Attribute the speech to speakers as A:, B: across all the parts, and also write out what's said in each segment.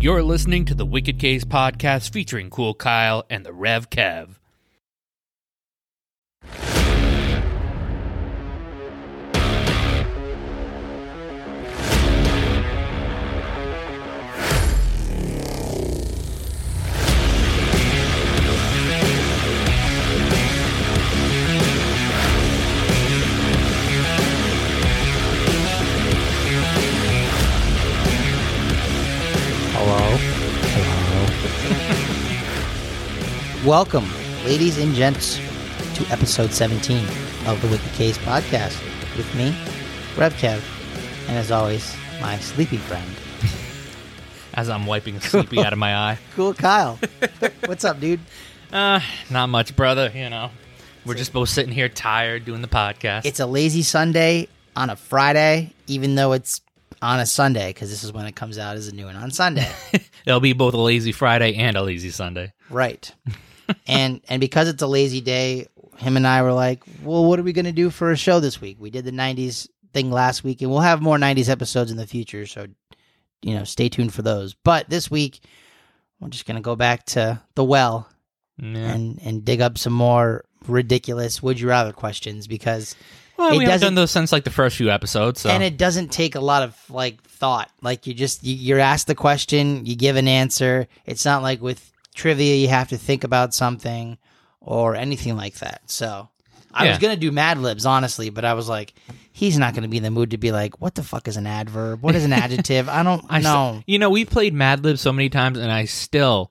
A: You're listening to the Wicked Case podcast featuring Cool Kyle and the Rev Kev.
B: Hello. Welcome, ladies and gents, to episode 17 of the Wicked Case podcast with me, Rev Kev, and as always, my sleepy friend,
C: as I'm wiping sleepy out of my eye.
B: Cool Kyle. What's up, dude?
C: Uh, not much, brother. You know, we're just both sitting here tired doing the podcast.
B: It's a lazy Sunday on a Friday, even though it's on a Sunday, because this is when it comes out as a new one on Sunday.
C: It'll be both a lazy Friday and a lazy Sunday.
B: Right. and and because it's a lazy day, him and I were like, "Well, what are we going to do for a show this week? We did the 90s thing last week and we'll have more 90s episodes in the future, so you know, stay tuned for those. But this week, we're just going to go back to the well
C: Yeah.
B: and and dig up some more ridiculous would you rather questions because
C: Well, we
B: it
C: haven't
B: doesn't-
C: done those since like the first few episodes. So
B: and it doesn't take a lot of like thought. Like you just you, you're asked the question, you give an answer. It's not like with trivia you have to think about something or anything like that. So I was
C: Yeah.
B: gonna do Mad Libs honestly, but I was like, he's not gonna be in the mood to be like, what the fuck is an adverb? What is an adjective? I don't
C: I
B: know.
C: s- you know, we've played Mad Lib so many times, and I still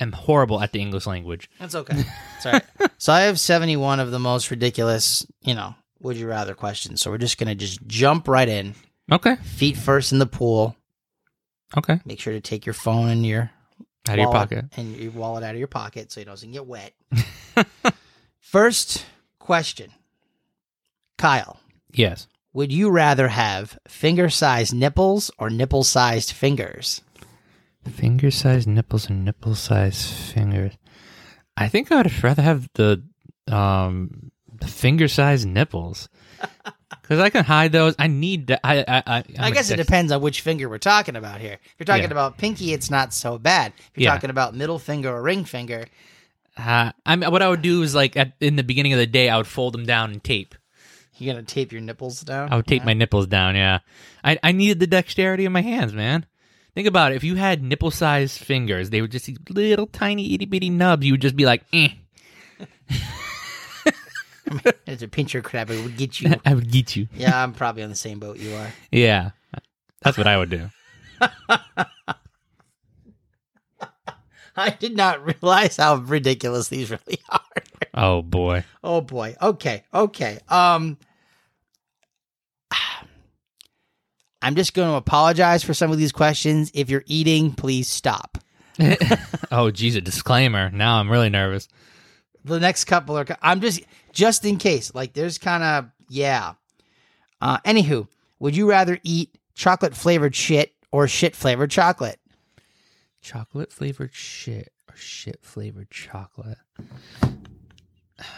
C: am horrible at the English language.
B: That's okay. It's all right. so I have 71 of the most ridiculous, you know, would you rather questions. So we're just gonna just jump right in,
C: Okay.
B: feet first in the pool.
C: Okay.
B: Make sure to take your phone and your
C: Out of your
B: wallet-
C: pocket.
B: and your wallet out of your pocket so it doesn't get wet. First question, Kyle:
C: Yes.
B: Would you rather have finger-sized nipples or nipple-sized fingers?
C: Finger sized nipples and nipple sized fingers. I think I would rather have the um finger sized nipples because I can hide those. I need. that I I I, I'm
B: i guess it
C: addicted-
B: depends on which finger we're talking about here. If you're talking
C: Yeah.
B: about pinky, it's not so bad. If you're
C: Yeah.
B: talking about middle finger or ring finger,
C: Uh, I mean, what I would do is like at, in the beginning of the day, I would fold them down and tape.
B: you're gonna tape your nipples down.
C: I would tape
B: Yeah.
C: my nipples down. Yeah, I I needed the dexterity in my hands, man. Think about it. If you had nipple sized fingers, they would just these little tiny itty bitty nubs. You would just be like, eh,
B: It's a pincher crab. It would get you.
C: I would get you.
B: yeah, I'm probably on the same boat you are.
C: Yeah, that's what I would do.
B: I did not realize how ridiculous these really are.
C: Oh boy.
B: Oh boy. Okay. Okay. Um I'm just going to apologize for some of these questions. If you're eating, please stop.
C: oh, geez, a disclaimer. Now I'm really nervous.
B: The next couple are I'm just just in case. Like there's kind of yeah. Uh anywho, would you rather eat chocolate flavored shit or shit flavored chocolate?
C: Chocolate flavored shit or shit flavored chocolate?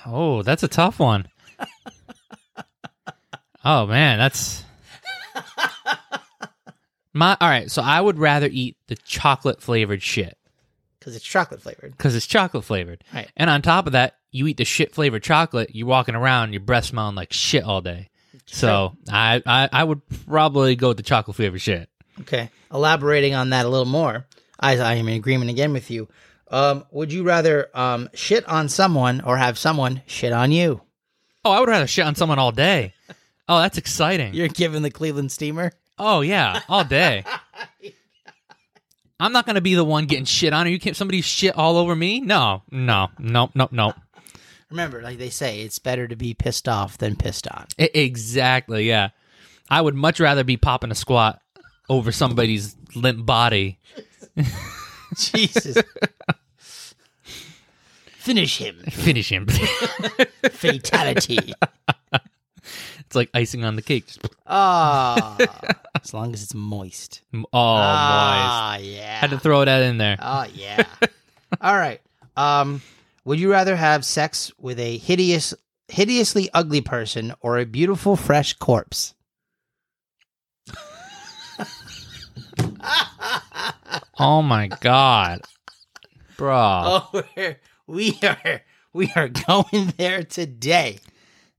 C: Oh, that's a tough one. oh man, that's my. All right, so I would rather eat the chocolate flavored shit
B: Cuz it's chocolate flavored.
C: because it's chocolate flavored,
B: Right.
C: and on top of that, you eat the shit flavored chocolate. You're walking around, your breath smelling like shit all day. So I, I I would probably go with the chocolate flavored shit.
B: Okay. Elaborating on that a little more, I, I am in agreement again with you. Um, would you rather um, shit on someone or have someone shit on you?
C: Oh, I would rather shit on someone all day. Oh, that's exciting.
B: You're giving the Cleveland steamer.
C: oh yeah, all day. I'm not gonna be the one getting shit on. Are you can't somebody shit all over me? No, no, no, no, no.
B: Remember, like they say, it's better to be pissed off than pissed on.
C: E- exactly. Yeah, I would much rather be popping a squat over somebody's limp body.
B: Jesus. Finish him.
C: Finish him. it's
B: Fatality.
C: like icing on the cake. Just-
B: Ah. as long as it's moist.
C: Oh, boys.
B: ah,
C: I had
B: yeah.
C: to throw that in there.
B: Oh yeah. All right. Um, would you rather have sex with a hideous, hideously ugly person or a beautiful, fresh corpse?
C: Oh my god, bro.
B: Oh, we're, we are we are going there today.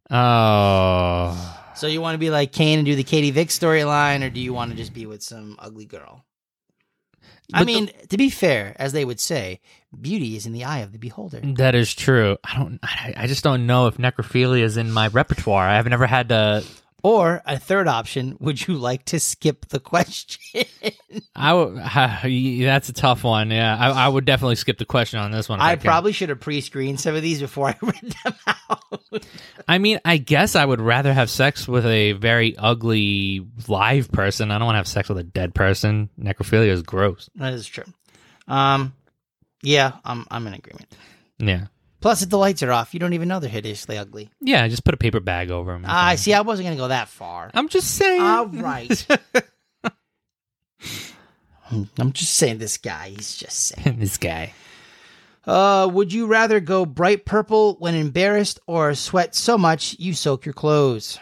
C: Oh.
B: So you want to be like Kane and do the Katie Vick storyline, or do you want to just be with some ugly girl? I
C: But
B: mean, to be fair, as they would say, beauty is in the eye of the beholder.
C: That is true. I don't. I, I just don't know if necrophilia is in my repertoire. I've never had to.
B: Or a third option, would you like to skip the question?
C: I would. that's a tough one. Yeah, I, I would definitely skip the question on this one. if
B: I
C: can.
B: probably should have pre-screened some of these before I read them out.
C: I mean, I guess I would rather have sex with a very ugly live person. I don't want to have sex with a dead person. Necrophilia is gross.
B: that is true. Um, yeah, I'm I'm in agreement.
C: Yeah.
B: Plus, if the lights are off, you don't even know they're hideously ugly.
C: Yeah. Just put a paper bag over them.
B: I see. I wasn't gonna go that far.
C: I'm just saying.
B: All right. Hmm, I'm just saying, this guy, he's just saying.
C: this guy.
B: Uh, would you rather go bright purple when embarrassed or sweat so much you soak your clothes?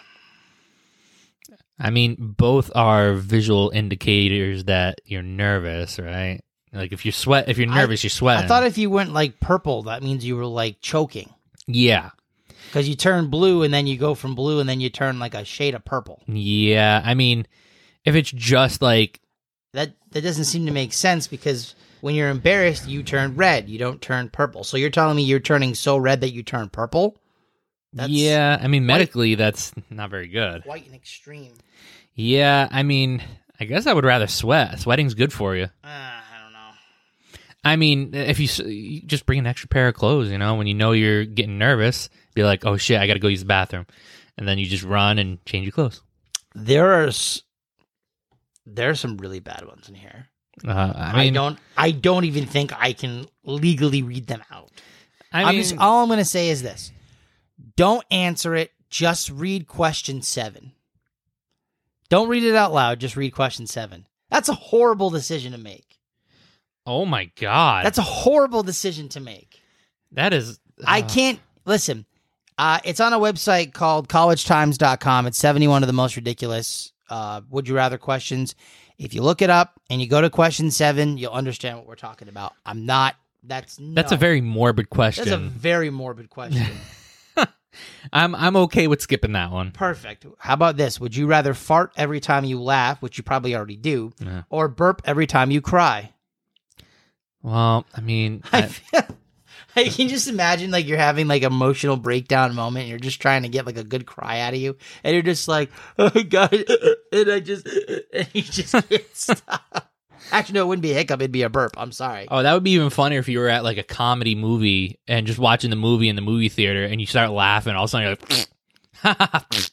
C: I mean, both are visual indicators that you're nervous, right? Like if you sweat, if you're
B: I-
C: nervous, you're sweating.
B: I thought if you went like purple, that means you were like choking
C: yeah,
B: because you turn blue and then you go from blue and then you turn like a shade of purple.
C: yeah. I mean, if it's just like
B: That that doesn't seem to make sense because when you're embarrassed, you turn red. You don't turn purple. So you're telling me you're turning so red that you turn purple? That's
C: yeah, I mean, medically, that's not very good.
B: Quite an extreme.
C: Yeah, I mean, I guess I would rather sweat. Sweating's good for you.
B: Uh, I don't know.
C: I mean, if you, s- you just bring an extra pair of clothes, you know, when you know you're getting nervous, be like, oh shit, I gotta go use the bathroom, and then you just run and change your clothes.
B: there are s- there are some really bad ones in here.
C: Uh, I
B: I,
C: mean,
B: don't I don't even think I can legally read them out.
C: I
B: I
C: mean,
B: am just all I'm going to say is this: don't answer it. Just read question seven. Don't read it out loud. Just read question seven. That's a horrible decision to make.
C: oh my god,
B: That's a horrible decision to make.
C: That is.
B: I
C: uh,
B: can't listen. Uh, it's on a website called collegetimes.com. It's 71 of the most ridiculous uh, would you rather questions. If you look it up and you go to question seven, you'll understand what we're talking about. I'm not. That's
C: That's
B: no.
C: a very morbid question.
B: that's a very morbid question.
C: I'm I'm okay with skipping that one.
B: Perfect. How about this? Would you rather fart every time you laugh, which you probably already do,
C: Yeah.
B: or burp every time you cry?
C: Well, I mean,
B: I,
C: I,
B: feel, I can just imagine like you're having like emotional breakdown moment. And you're just trying to get like a good cry out of you, and you're just like, "Oh god," and I just and you just can't stop. Actually, no, it wouldn't be a hiccup; it'd be a burp. I'm sorry.
C: oh, that would be even funnier if you were at like a comedy movie and just watching the movie in the movie theater and you start laughing. All of a sudden, you're like,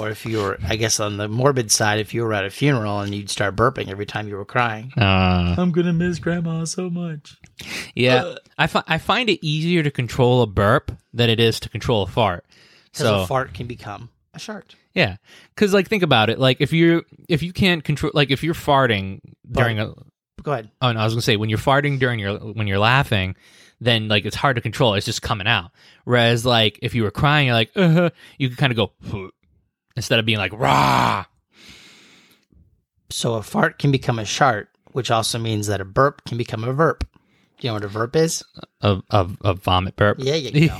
B: Or if you were, I guess, on the morbid side, if you were at a funeral and you'd start burping every time you were crying.
C: uh,
B: I'm gonna miss grandma so much.
C: yeah. I, fi- I find it easier to control a burp than it is to control a fart.
B: Because
C: So
B: a fart can become a shart.
C: yeah, because like think about it. Like if you if you can't control like if you're farting during a
B: Go ahead.
C: Oh, no, I was gonna say when you're farting during your when you're laughing, then like it's hard to control. It's just coming out. Whereas like if you were crying, you're like uh you can kind of go "Huh," instead of being like rah.
B: So a fart can become a shart, which also means that a burp can become a verp. Do you know what a verp is?
C: A, a, a vomit burp.
B: Yeah, you go.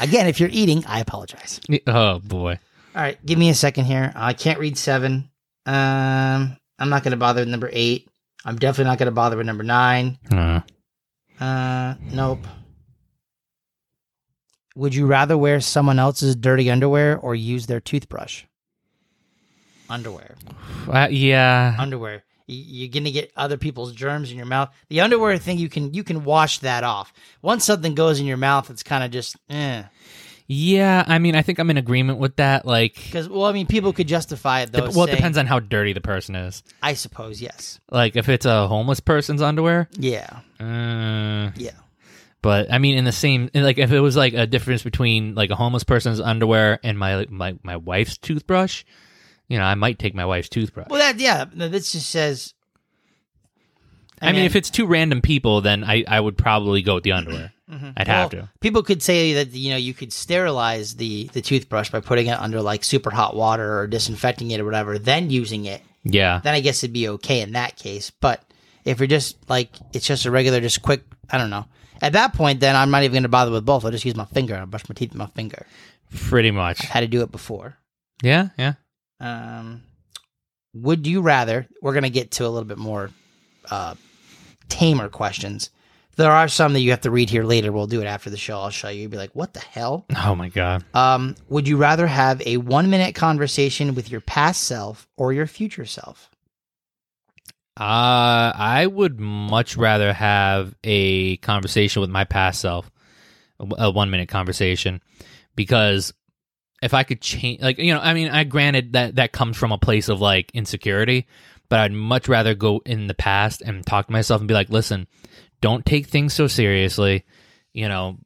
B: Again, if you're eating, I apologize.
C: oh boy.
B: All right, give me a second here. I can't read seven. Um, I'm not going to bother with number eight. I'm definitely not going to bother with number nine.
C: Uh,
B: Uh, nope. Would you rather wear someone else's dirty underwear or use their toothbrush? Underwear.
C: uh, yeah.
B: underwear. Y- You're gonna get other people's germs in your mouth. The underwear thing, you can you can wash that off. Once something goes in your mouth, it's kind of just eh.
C: Yeah. I mean, I think I'm in agreement with that. Like,
B: Because well, I mean, people could justify it though.
C: dep- well, it
B: saying-
C: depends on how dirty the person is.
B: I suppose yes.
C: Like, if it's a homeless person's underwear,
B: Yeah.
C: uh,
B: Yeah.
C: But I mean, in the same, in, like if it was like a difference between like a homeless person's underwear and my my my wife's toothbrush, you know, I might take my wife's toothbrush.
B: Well, that yeah. no, This just says.
C: I, mean, if it's two random people, then I I would probably go with the underwear. I'd have
B: Mm-hmm. Well,
C: to.
B: People could say that you know you could sterilize the the toothbrush by putting it under like super hot water or disinfecting it or whatever, then using it
C: Yeah.
B: then I guess it'd be okay in that case. But if you're just like it's just a regular, just quick, I don't know. At that point, then I'm not even going to bother with both. I'll just use my finger. I'll brush my teeth with my finger.
C: Pretty much.
B: Had to do it before.
C: Yeah. Yeah.
B: Um, would you rather? We're going to get to a little bit more uh, tamer questions. There are some that you have to read here later. We'll do it after the show. I'll show you. You'd be like, what the hell?
C: Oh my god.
B: Um, would you rather have a one minute conversation with your past self or your future self?
C: Uh, I would much rather have a conversation with my past self, a w- a one minute conversation, because if I could change, like, you know, I mean, I granted that that comes from a place of like insecurity, but I'd much rather go in the past and talk to myself and be like, listen, don't take things so seriously, you know,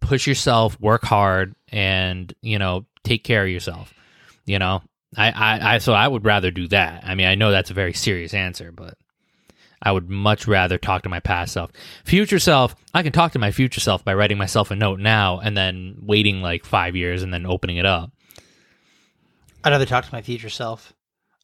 C: push yourself, work hard, and, you know, take care of yourself, you know, I, I, I, so I would rather do that. I mean, I know that's a very serious answer, but I would much rather talk to my past self. Future self, I can talk to my future self by writing myself a note now and then waiting like five years and then opening it up.
B: I'd rather talk to my future self.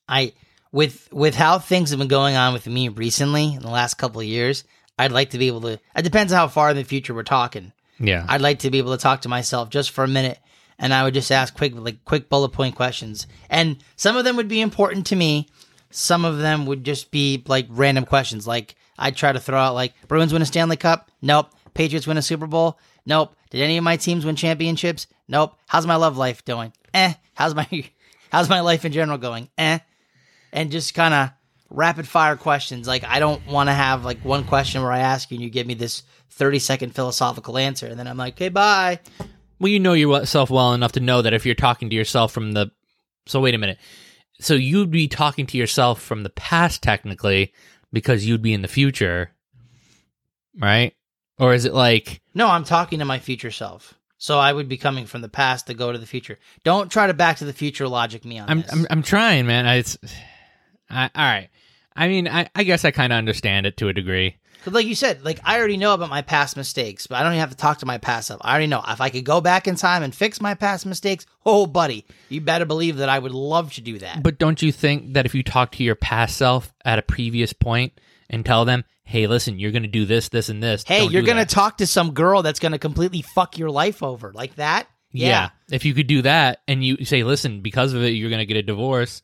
B: I with with how things have been going on with me recently in the last couple of years, I'd like to be able to. It depends on how far in the future we're talking.
C: Yeah.
B: I'd like to be able to talk to myself just for a minute, and I would just ask quick like quick bullet point questions, and some of them would be important to me. Some of them would just be like random questions. Like I'd try to throw out like Bruins win a Stanley Cup? Nope. Patriots win a Super Bowl? Nope. Did any of my teams win championships? Nope. How's my love life doing? Eh. How's my how's my life in general going? Eh. And just kind of rapid fire questions. Like I don't want to have like one question where I ask you and you give me this 30 second philosophical answer and then I'm like, "Okay, bye."
C: well, you know yourself well enough to know that if you're talking to yourself from the. So wait a minute. So you'd be talking to yourself from the past, technically, because you'd be in the future, right? Or is it like.
B: No, I'm talking to my future self. So I would be coming from the past to go to the future. Don't try to back to the future logic me on
C: I'm,
B: this.
C: I'm I'm trying, man. I, it's, I all right. I mean, I, I guess I kind of understand it to a degree.
B: 'Cause like you said, like I already know about my past mistakes, but I don't even have to talk to my past self. I already know if I could go back in time and fix my past mistakes, oh buddy, you better believe that I would love to do that.
C: But don't you think that if you talk to your past self at a previous point and tell them, "Hey, listen, you're going to do this, this, and this,"
B: hey,
C: don't
B: you're
C: do
B: gonna
C: that."
B: talk to some girl that's gonna completely fuck your life over like that.
C: yeah. If you could do that, and you say, "Listen, because of it, you're going to get a divorce,"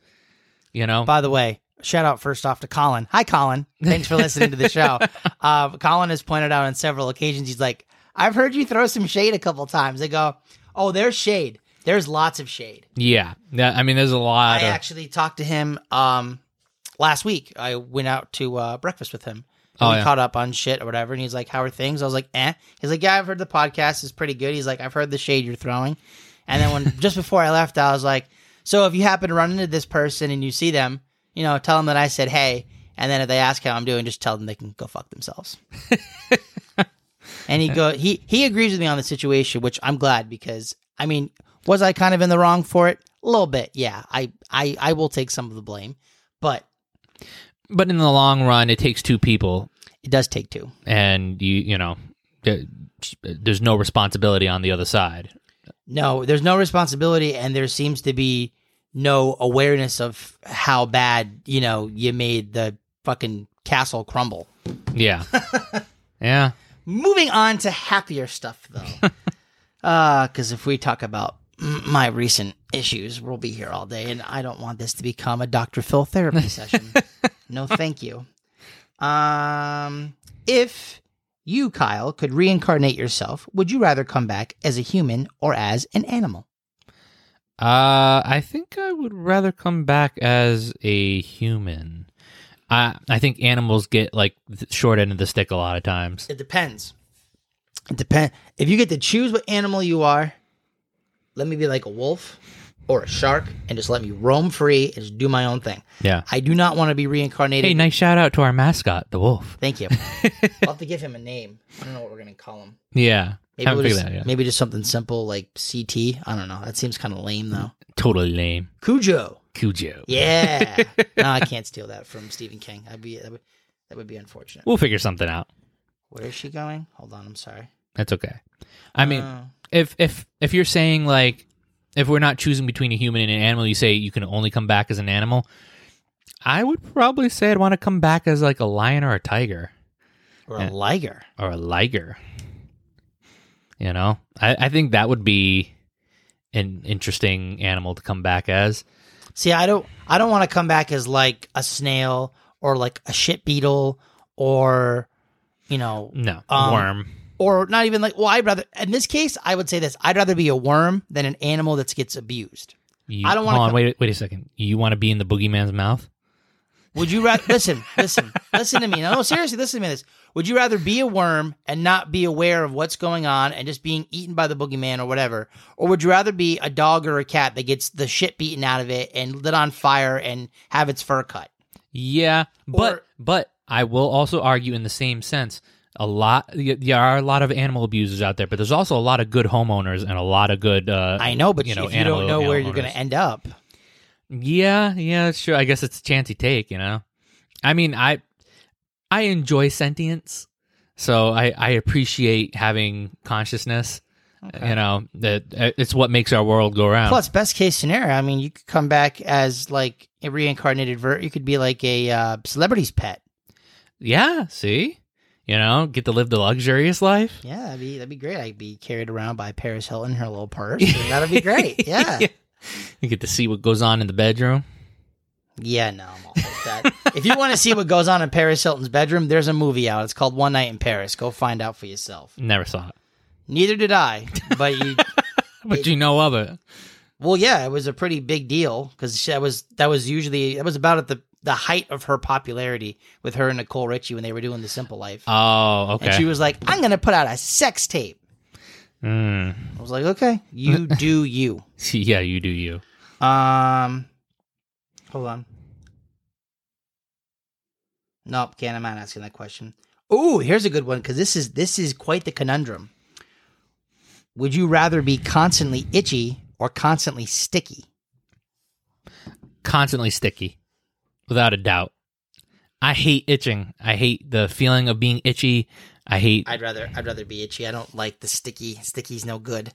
C: you know,
B: By the way, shout out first off to Colin. Hi, Colin. Thanks for listening to the show. Uh, Colin has pointed out on several occasions, he's like, I've heard you throw some shade a couple times. I go, Oh, there's shade. There's lots of shade.
C: yeah. Yeah, I mean, there's a lot.
B: I
C: of,
B: actually talked to him um, last week. I went out to uh, breakfast with him. And
C: Oh,
B: we
C: yeah.
B: caught up on shit or whatever. And he's like, How are things? I was like, Eh. He's like, Yeah, I've heard the podcast is pretty good. He's like, I've heard the shade you're throwing. And then when just before I left, I was like, So if you happen to run into this person and you see them, you know, tell them that I said, Hey. And then if they ask how I'm doing, just tell them they can go fuck themselves. and he go he he agrees with me on the situation, which I'm glad because I mean, was I kind of in the wrong for it? A little bit, yeah. I I I will take some of the blame, but
C: but in the long run, it takes two people,
B: it does take two.
C: and you you know, th- there's no responsibility on the other side.
B: No, there's no responsibility, and there seems to be no awareness of how bad you know you made the fucking castle crumble.
C: Yeah. yeah.
B: Moving on to happier stuff, though, because if we talk about m- my recent issues, we'll be here all day, and I don't want this to become a Dr. Phil therapy session. no, thank you. Um, if you, Kyle, could reincarnate yourself, would you rather come back as a human or as an animal?
C: Uh, I think I would rather come back as a human. I I think animals get like the short end of the stick a lot of times.
B: It depends. It depend. If you get to choose what animal you are, let me be like a wolf or a shark, and just let me roam free and just do my own thing.
C: Yeah.
B: I do not want to be reincarnated.
C: Hey, nice shout out to our mascot, the wolf.
B: Thank you. I'll have to give him a name. I don't know what we're gonna call him.
C: Yeah.
B: Maybe
C: Haven't
B: we'll
C: figured
B: just,
C: that out yet.
B: maybe just something simple like CT. I don't know. That seems kind of lame though.
C: Totally lame.
B: Cujo.
C: Cujo.
B: Yeah. no, I can't steal that from Stephen King. I'd be that would that would be unfortunate.
C: We'll figure something out.
B: Where is she going? Hold on. I'm sorry.
C: That's okay. I mean,
B: Oh.
C: if if if you're saying like if we're not choosing between a human and an animal, you say you can only come back as an animal. I would probably say I'd want to come back as like a lion or a tiger
B: or
C: Yeah.
B: a liger.
C: or a liger. You know, I, I think that would be an interesting animal to come back as.
B: See, I don't I don't want to come back as like a snail or like a shit beetle or you know
C: No,
B: Um,
C: worm.
B: or not even like well I'd rather in this case I would say this I'd rather be a worm than an animal that gets abused.
C: You,
B: I don't wanna
C: hold on,
B: come-
C: wait, wait a second. You want to be in the boogeyman's mouth?
B: Would you rather listen, listen, listen to me. No, no, seriously, listen to me on this. Would you rather be a worm and not be aware of what's going on and just being eaten by the boogeyman or whatever? Or would you rather be a dog or a cat that gets the shit beaten out of it and lit on fire and have its fur cut?
C: Yeah, but
B: Or-
C: but I will also argue in the same sense. A lot y- there are a lot of animal abusers out there, but there's also a lot of good homeowners and a lot of good. Uh,
B: I know, but
C: you
B: you
C: know,
B: if you don't
C: animal-
B: know where
C: animal
B: you're going
C: owners.
B: to end up,
C: Yeah, yeah, that's true. I guess it's a chance you take, you know. I mean, I I enjoy sentience, so I I appreciate having consciousness. You know, that uh, it's what makes our world go round.
B: Plus, best case scenario, I mean, you could come back as like a reincarnated ver. You could be like a uh, celebrity's pet.
C: yeah, see, you know, get to live the luxurious life.
B: Yeah, that'd be that'd be great. I'd be carried around by Paris Hilton in her little purse. and that'd be great. Yeah,
C: you get to see what goes on in the bedroom.
B: yeah. No, I'm all about that. if you want to see what goes on in Paris Hilton's bedroom, there's a movie out. It's called One Night in Paris. Go find out for yourself.
C: Never saw it,
B: Neither did I, but you.
C: but you know of it.
B: Well, yeah, it was a pretty big deal because that was that was usually that was about at the the height of her popularity with her and Nicole Richie when they were doing The Simple Life.
C: Oh, okay.
B: And she was like, I'm going to put out a sex tape.
C: Mm.
B: I was like, okay, you do you.
C: Yeah, you do you.
B: Um, hold on. Nope, can't. I'm not asking that question. Ooh, here's a good one because this is this is quite the conundrum. Would you rather be constantly itchy or constantly sticky?
C: constantly sticky, without a doubt. I hate itching. I hate the feeling of being itchy. I hate.
B: I'd rather I'd rather be itchy. I don't like the sticky. Sticky's no good.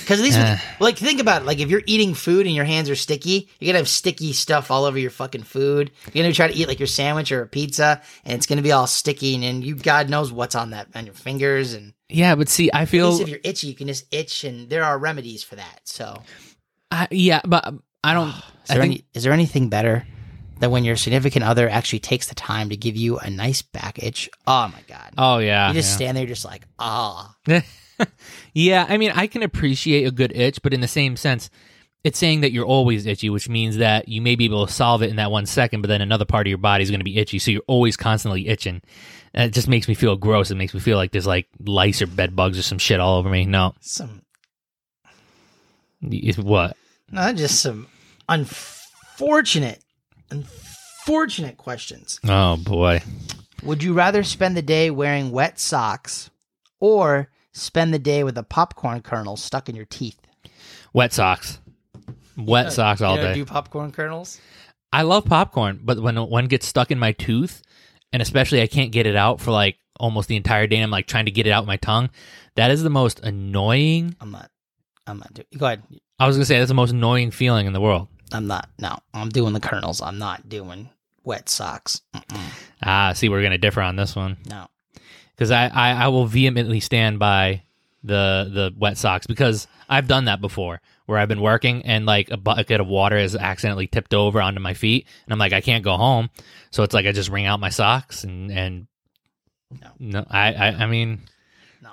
B: Because at least, with- like, think about it. Like, if you're eating food and your hands are sticky, you're gonna have sticky stuff all over your fucking food. You're gonna try to eat like your sandwich or a pizza, and it's gonna be all sticky, and, and you God knows what's on that on your fingers. And
C: yeah, but see, I
B: at least
C: feel.
B: if you're itchy, you can just itch, and there are remedies for that. So,
C: I, yeah, but I don't.
B: is
C: I
B: there,
C: think
B: any, is there anything better than when your significant other actually takes the time to give you a nice back itch? Oh my God!
C: Oh yeah,
B: you just
C: yeah.
B: stand there, just like ah.
C: yeah. I mean, I can appreciate a good itch, but in the same sense, it's saying that you're always itchy, which means that you may be able to solve it in that one second, but then another part of your body is going to be itchy, so you're always constantly itching. And it just makes me feel gross. It makes me feel like there's like lice or bed bugs or some shit all over me. No,
B: Some
C: It's what?
B: No, just some unfortunate, unfortunate questions.
C: Oh boy.
B: Would you rather spend the day wearing wet socks or spend the day with a popcorn kernel stuck in your teeth?
C: Wet socks. Wet socks all
B: You know,
C: day.
B: Do popcorn kernels?
C: I love popcorn, but when one gets stuck in my tooth, and especially I can't get it out for like almost the entire day, I'm like trying to get it out with my tongue. That is the most annoying.
B: I'm not. I'm not doing. Go ahead.
C: I was gonna say that's the most annoying feeling in the world.
B: I'm not. No, I'm doing the kernels. I'm not doing wet socks. Mm-mm,
C: Ah, see, we're gonna differ on this one
B: no.
C: because I, I I will vehemently stand by the the wet socks because I've done that before where I've been working and like a bucket of water has accidentally tipped over onto my feet and I'm like I can't go home, so it's like I just wring out my socks and and
B: No.
C: no, I I, I mean
B: No.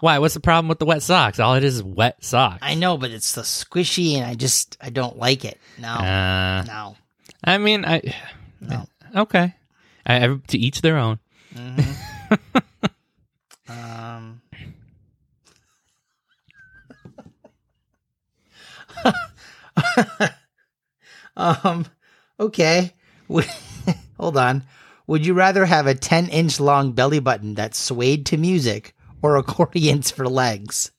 C: Why? What's the problem with the wet socks? All it is is wet socks.
B: I know, but it's the squishy, and I just I don't like it. No.
C: Uh,
B: no.
C: I mean, I
B: No.
C: okay. I, I- to each their own.
B: Mm-hmm. Um. um. Okay. Would- Hold on. Would you rather have a 10 inch long belly button that swayed to music or accordions for legs?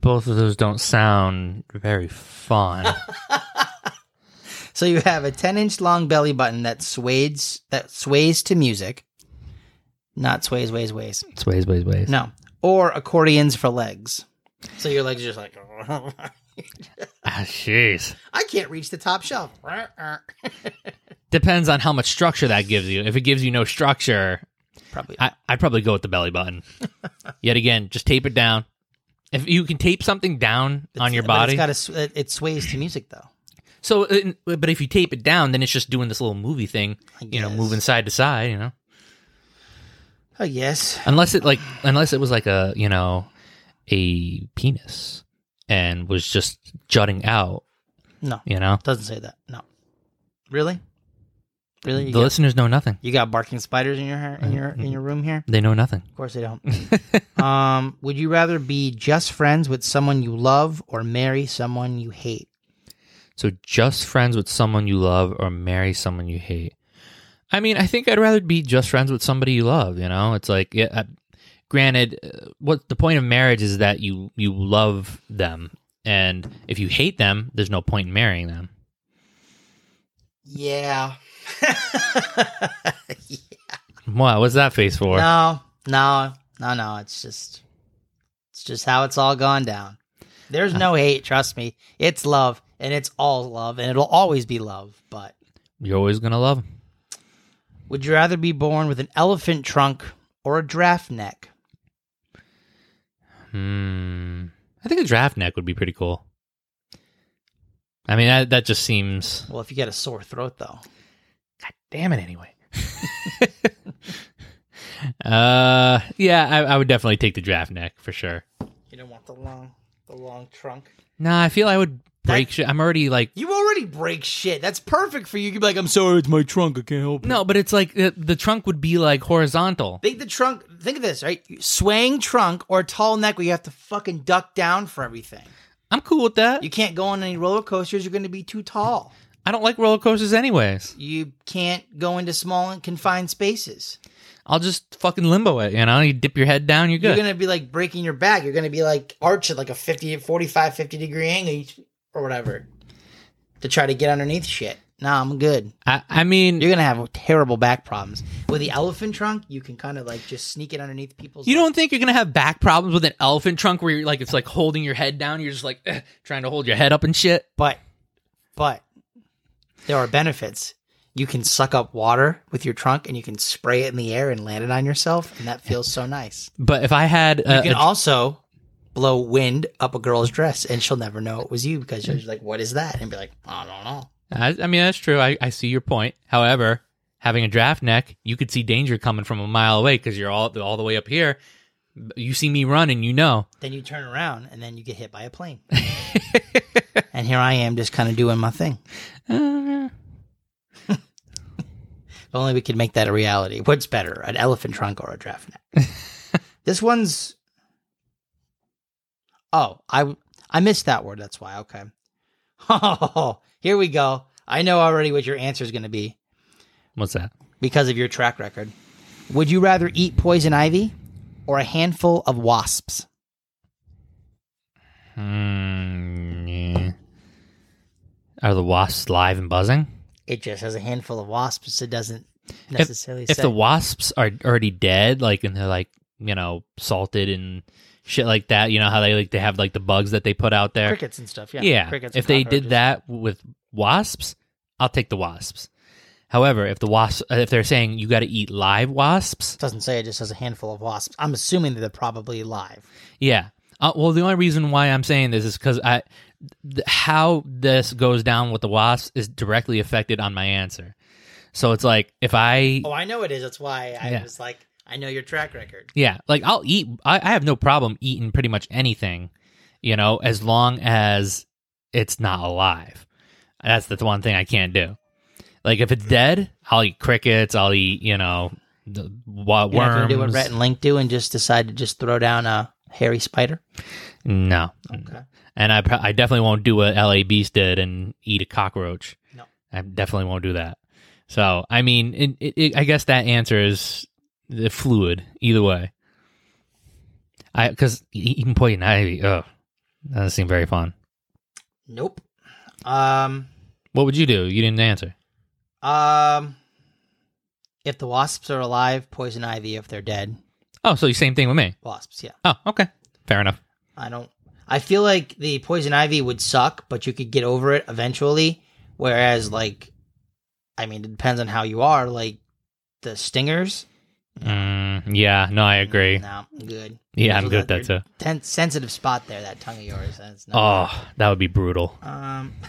C: Both of those don't sound very fun.
B: So you have a 10 inch long belly button that sways that sways to music. Not sways, ways, ways.
C: it's ways, ways, ways.
B: No. Or accordions for legs. So your legs are just like
C: Ah, jeez.
B: I can't reach the top shelf.
C: Depends on how much structure that gives you. If it gives you no structure,
B: Probably.
C: I, I'd probably go with the belly button. Yet again, just tape it down. If you can tape something down on your
B: But
C: body,
B: It's got a, sw- it- it sways to music though.
C: so uh, but if you tape it down, then it's just doing this little movie thing,
B: I
C: you know,
B: guess.
C: moving side to side, you know.
B: I guess.
C: unless it like unless it was like a you know a penis and was just jutting out
B: No,
C: you know
B: doesn't say that. No. Really? Really?
C: the
B: You got,
C: listeners know nothing
B: you got barking spiders in your hair- in your in your room here?
C: they know nothing
B: Of course they don't. um, would you rather be just friends with someone you love or marry someone you hate?
C: so just friends with someone you love or marry someone you hate i mean i think i'd rather be just friends with somebody you love you know it's like yeah I, granted uh, what the point of marriage is that you you love them and if you hate them there's no point in marrying them
B: Yeah.
C: wow what's that face for
B: No, no, no, no. It's just, it's just how it's all gone down. There's no hate. Trust me. It's love, and it's all love, and it'll always be love. But
C: you're always gonna love 'em.
B: would you rather be born with an elephant trunk or a giraffe neck?
C: Hmm. I think a draft neck would be pretty cool. I mean, that, that just seems.
B: Well, if you get a sore throat, though,
C: God damn it, anyway. uh, yeah, I, I would definitely take the draft neck for sure.
B: you don't want the long, the long trunk.
C: Nah, I feel I would break
B: That-
C: shit. I'm already like.
B: You already break shit. That's perfect for you. You can be like, I'm sorry, it's my trunk. I can't help it.
C: No, but it's like the, the trunk would be like horizontal.
B: Think the trunk. Think of this, right? Swaying trunk or tall neck where you have to fucking duck down for everything.
C: I'm cool with that.
B: You can't go on any roller coasters. You're going to be too tall.
C: I don't like roller coasters, anyways.
B: You can't go into small and confined spaces.
C: I'll just fucking limbo it, you know? You dip your head down, you're good.
B: You're going to be like breaking your back. You're going to be like arching like a 50, 45, 50 degree angle each- or whatever to try to get underneath shit. Nah, I'm good.
C: I, I mean,
B: You're going to have terrible back problems. With the elephant trunk, you can kind of like just sneak it underneath people's.
C: You don't think you're gonna have back problems with an elephant trunk where you're like it's like holding your head down, you're just like eh, trying to hold your head up and shit.
B: But, but there are benefits. You can suck up water with your trunk and you can spray it in the air and land it on yourself. And that feels so nice.
C: But if I had,
B: You
C: uh,
B: can also blow wind up a girl's dress and she'll never know it was you because you're like, what is that? And be like, I don't know.
C: I, I mean that's true. I, I see your point. However, having a draft neck, you could see danger coming from a mile away because you're all all the way up here. You see me run and you know.
B: Then you turn around and then you get hit by a plane. and here I am just kind of doing my thing.
C: Uh,
B: If only we could make that a reality. What's better, an elephant trunk or a draft neck? this one's. Oh, I I missed that word. That's why. Okay. Oh, here we go. I know already what your answer is going to be
C: what's that?
B: because of your track record. Would you rather eat poison ivy or a handful of wasps?
C: Hmm, yeah. Are the wasps live and buzzing?
B: It just has a handful of wasps. so It doesn't necessarily
C: if
B: say.
C: the wasps are already dead, like and they're like you know salted and shit like that, you know how they like they have like the bugs that they put out there.
B: crickets and stuff. Yeah.
C: yeah,
B: Crickets
C: if
B: and
C: they
B: cockroaches.
C: did that with wasps, I'll take the wasps. However, if the wasps, uh, if they're saying you got to eat live wasps,
B: doesn't say it just has a handful of wasps. I'm assuming that they're probably live.
C: yeah. Uh, well, the only reason why I'm saying this is because I, th- how this goes down with the wasps is directly affected on my answer. So it's like if I
B: Oh, I know it is. That's why I
C: Yeah.
B: was like, I know your track record.
C: Yeah, like I'll eat. I, I have no problem eating pretty much anything, you know, as long as it's not alive. That's the one thing I can't do. Like if it's dead, I'll eat crickets. I'll eat, you know, the wa-
B: You're not gonna
C: worms.
B: do what Rhett and Link do and just decide to just throw down a hairy spider.
C: no,
B: Okay.
C: and I pro- I definitely won't do what La Beast did and eat a cockroach.
B: No.
C: I definitely won't do that. So I mean, it, it, it, I guess that answer is the fluid either way. I because eating poison ivy, oh, doesn't seem very fun.
B: Nope. Um.
C: What would you do? You didn't answer.
B: Um. If the wasps are alive, poison ivy. If they're dead,
C: Oh, so same thing with me.
B: wasps. Yeah.
C: Oh, okay, fair enough.
B: I don't. I feel like the poison ivy would suck, but you could get over it eventually. Whereas, like, I mean, it depends on how you are. Like, the stingers.
C: Mm, yeah, no, I agree.
B: No, good.
C: Yeah, I'm good at that
B: Your
C: too.
B: Ten- sensitive spot there, that tongue of yours. That's not.
C: Oh, that would be brutal.
B: Um.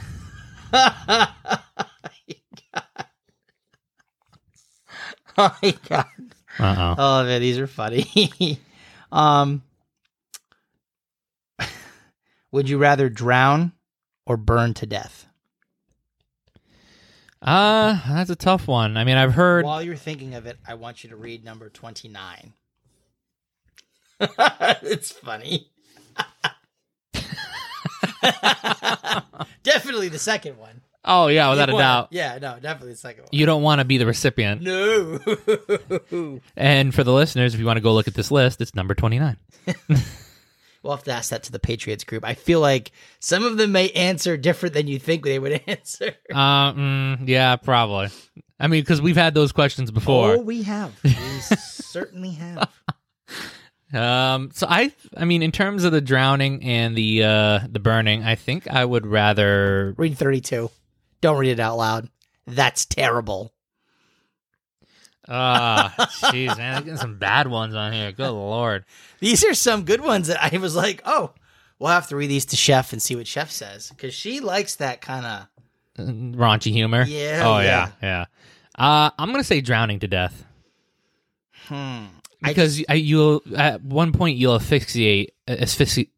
B: oh my god.
C: Uh oh.
B: Oh man, these are funny. um, would you rather drown or burn to death?
C: Uh, that's a tough one. I mean, I've heard.
B: While you're thinking of it, I want you to read number twenty nine. it's funny. definitely the second one.
C: Oh yeah, without a doubt.
B: Yeah, no, definitely the second one.
C: You don't want to be the recipient.
B: No.
C: And for the listeners, if you want to go look at this list, it's number 29.
B: we'll have to ask that to the Patriots group. I feel like some of them may answer different than you think they would answer.
C: Uh, mm, yeah, probably. I mean, because we've had those questions before.
B: Oh, we have. We certainly have.
C: Um, so I, I mean, in terms of the drowning and the uh, the burning, I think I would rather.
B: Read 32. Don't read it out loud. That's terrible.
C: Ah, jeez, man, I'm getting some bad ones on here. Good lord.
B: These are some good ones that I was like, oh, we'll have to read these to Chef and see what Chef says because she likes that kind of.
C: raunchy humor.
B: Yeah,
C: Oh
B: yeah.
C: yeah, yeah. Uh, I'm gonna say drowning to death
B: Hmm. I
C: because I, you'll at one point you'll asphyxiate, asphyxiate,